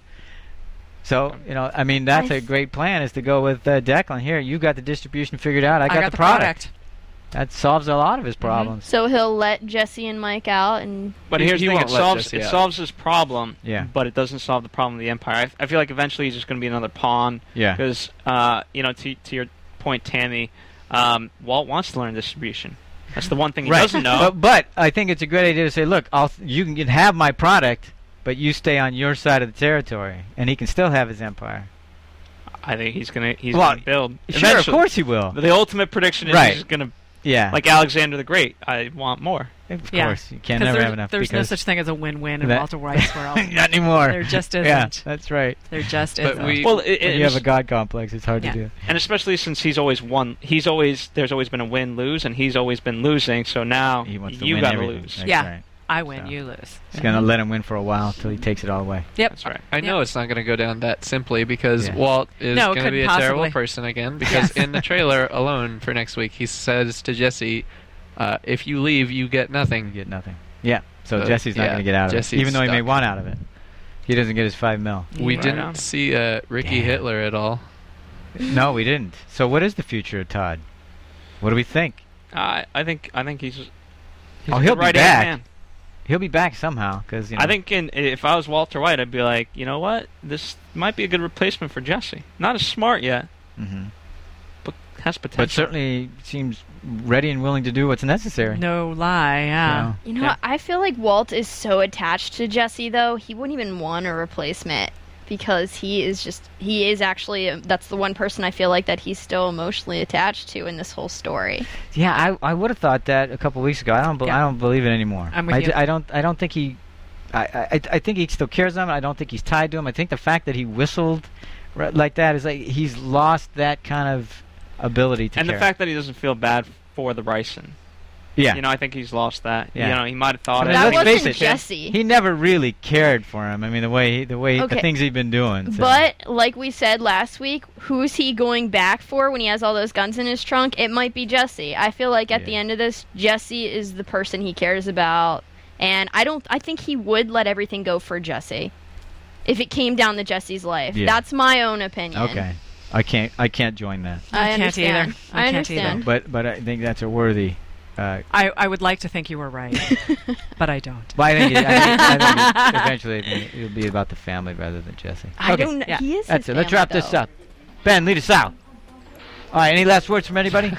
B: So you know, I mean, that's
E: I
B: a
E: s-
B: great plan is to go with uh, Declan. Here, you got the distribution figured out. I got, the product. That solves a lot of
E: Mm-hmm.
B: his problems.
E: So he'll let Jesse and Mike out, and
C: But
F: He-
C: here's
F: he
C: the thing:
F: won't
C: it
F: let
C: solves
F: Jesse
C: it
F: out.
C: solves his problem,
B: Yeah.
C: but it doesn't solve the problem of the empire. I, I feel like eventually he's just going to be another pawn.
B: Yeah.
C: Because uh, you know, to to your point, Tammy, um, Walt wants to learn distribution. That's the one thing he doesn't know.
B: But, but I think it's a great idea to say, look, I'll, you can have my product, but you stay on your side of the territory, and he can still have his empire.
C: I think he's gonna he's
B: Well,
C: gonna build.
B: Sure, of
C: eventually.
B: course he will.
C: The ultimate prediction is
B: Right.
C: he's gonna
B: Yeah.
C: like Alexander the Great. I want more.
B: Of
D: Yeah.
B: course, you can
D: 'Cause
B: never
D: there's,
B: have enough.
D: There's no
B: because
D: such thing as a win win in
B: That-
D: Walter White's world.
B: *laughs* Not anymore.
D: There just
B: *laughs* Yeah,
D: isn't.
B: that's right.
D: there just
F: But
D: isn't.
F: we-
C: Well, it,
B: When
C: it-
B: you have a god complex, it's hard
D: Yeah.
B: to do.
C: and especially since he's always won. He's always there's always been a win lose, and he's always been losing. So now
B: He wants to
C: you
B: win
C: gotta
B: everything.
C: lose.
B: That's
D: Yeah.
B: right.
D: I win,
B: so.
D: you lose.
B: He's gonna let him win for a while until he takes it all away.
D: Yep.
C: That's right.
F: I know
D: Yeah.
F: it's not going to go down that simply because
B: Yeah.
F: Walt is
D: No, it
F: going to be a
D: couldn't
F: terrible
D: possibly.
F: person again. Because
B: *laughs*
F: in the trailer alone for next week, he says to Jesse, uh, "If you leave, you get
B: You
F: nothing."
B: get nothing. Yeah. So
F: Uh,
B: Jesse's not
F: yeah,
B: gonna get out of
F: Jesse's
B: it, even though he may
F: stuck.
B: want out of it. He doesn't get his five mil.
F: We
C: Right
F: didn't
C: on.
F: see uh, Ricky
B: Damn.
F: Hitler at all.
B: no, we didn't. So what is the future of Todd? What do we think?
C: I I think I think he's. he's
B: Oh,
C: the
B: he'll be
C: right-hand
B: back.
C: man.
B: He'll be back somehow, because you know.
C: I think in, if I was Walter White, I'd be like, you know what, this might be a good replacement for Jesse. Not as smart yet,
B: Mhm.
C: but has
B: But
C: potential.
B: certainly seems ready and willing to do what's necessary.
D: No lie, yeah.
B: So-
E: you know,
C: Yeah.
E: what? I feel like Walt is so attached to Jesse, though he wouldn't even want a replacement because he is just he is actually that's the one person I feel like that he's still emotionally attached to in this whole story.
B: Yeah, I, I would have thought that a couple weeks ago. I don't bel I
D: Yeah.
B: don't believe it anymore.
D: I'm with
B: I,
D: you.
B: d- I don't I don't think he I, I I- I think he still cares about him. I don't think he's tied to him. I think the fact that he whistled ri- like that is like he's lost that kind of ability to
C: and
B: care.
C: the fact that he doesn't feel bad for the Bryson.
B: yeah.
C: You know, I think he's lost that.
B: Yeah.
C: You know, he might have thought
B: I mean,
C: it.
E: that
B: let's face
E: wasn't
B: it,
E: Jesse.
B: he never really cared for him. I mean, the way he, the way the
E: Okay.
B: things he'd been doing. so-
E: But like we said last week, who's he going back for when he has all those guns in his trunk? It might be Jesse. I feel like at the
B: Yeah.
E: end of this, Jesse is the person he cares about And I don't. I think he would let everything go for Jesse, if it came down to Jesse's life.
B: Yeah.
E: That's my own opinion.
B: Okay. I can't. I can't join that.
E: I,
D: I can't either.
E: understand.
D: I
E: I
D: can't either.
E: understand.
B: But but I think that's a worthy. Uh,
D: I, I would like to think you were right, but I don't.
B: but I think, it, I think, I
E: *laughs*
B: think it- eventually it- it'll be about the family rather than Jesse.
E: I
B: okay.
E: don't. know.
D: yeah.
E: He is.
B: That's
E: his
B: it. Let's
E: family,
B: wrap this
E: though.
B: up. Ben, lead us out. All right. Any last words from anybody?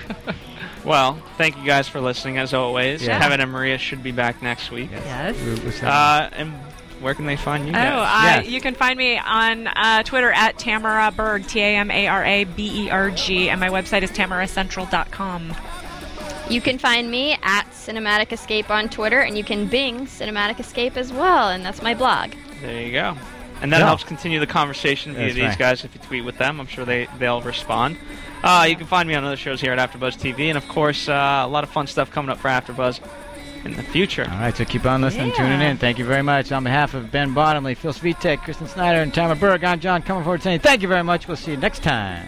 C: Well, thank you guys for listening as always.
B: Yeah.
C: Kevin and Maria should be back next week.
D: Yes.
C: Uh, and where can they find you
D: Oh,
C: guys?
D: uh,
B: Yes.
D: you can find me on uh, Twitter at Tamara Berg, T A M A R A B E R G, and my website is tamaracentral.com.
E: You can find me at Cinematic Escape on Twitter, and you can Bing Cinematic Escape as well, and that's my blog.
C: There you go. And that
B: Yeah.
C: helps continue the conversation via
B: That's
C: these
B: right.
C: guys if you tweet with them. I'm sure they, they'll respond. Uh, you can find me on other shows here at AfterBuzz TV, and of course, uh, a lot of fun stuff coming up for AfterBuzz in the future.
B: *laughs* All right, so keep on listening,
D: Yeah.
B: tuning in. Thank you very much. On behalf of Ben Bottomley, Phil Svitek, Kristen Snyder, and Tamara Berg, I'm John coming forward saying thank you very much. We'll see you next time.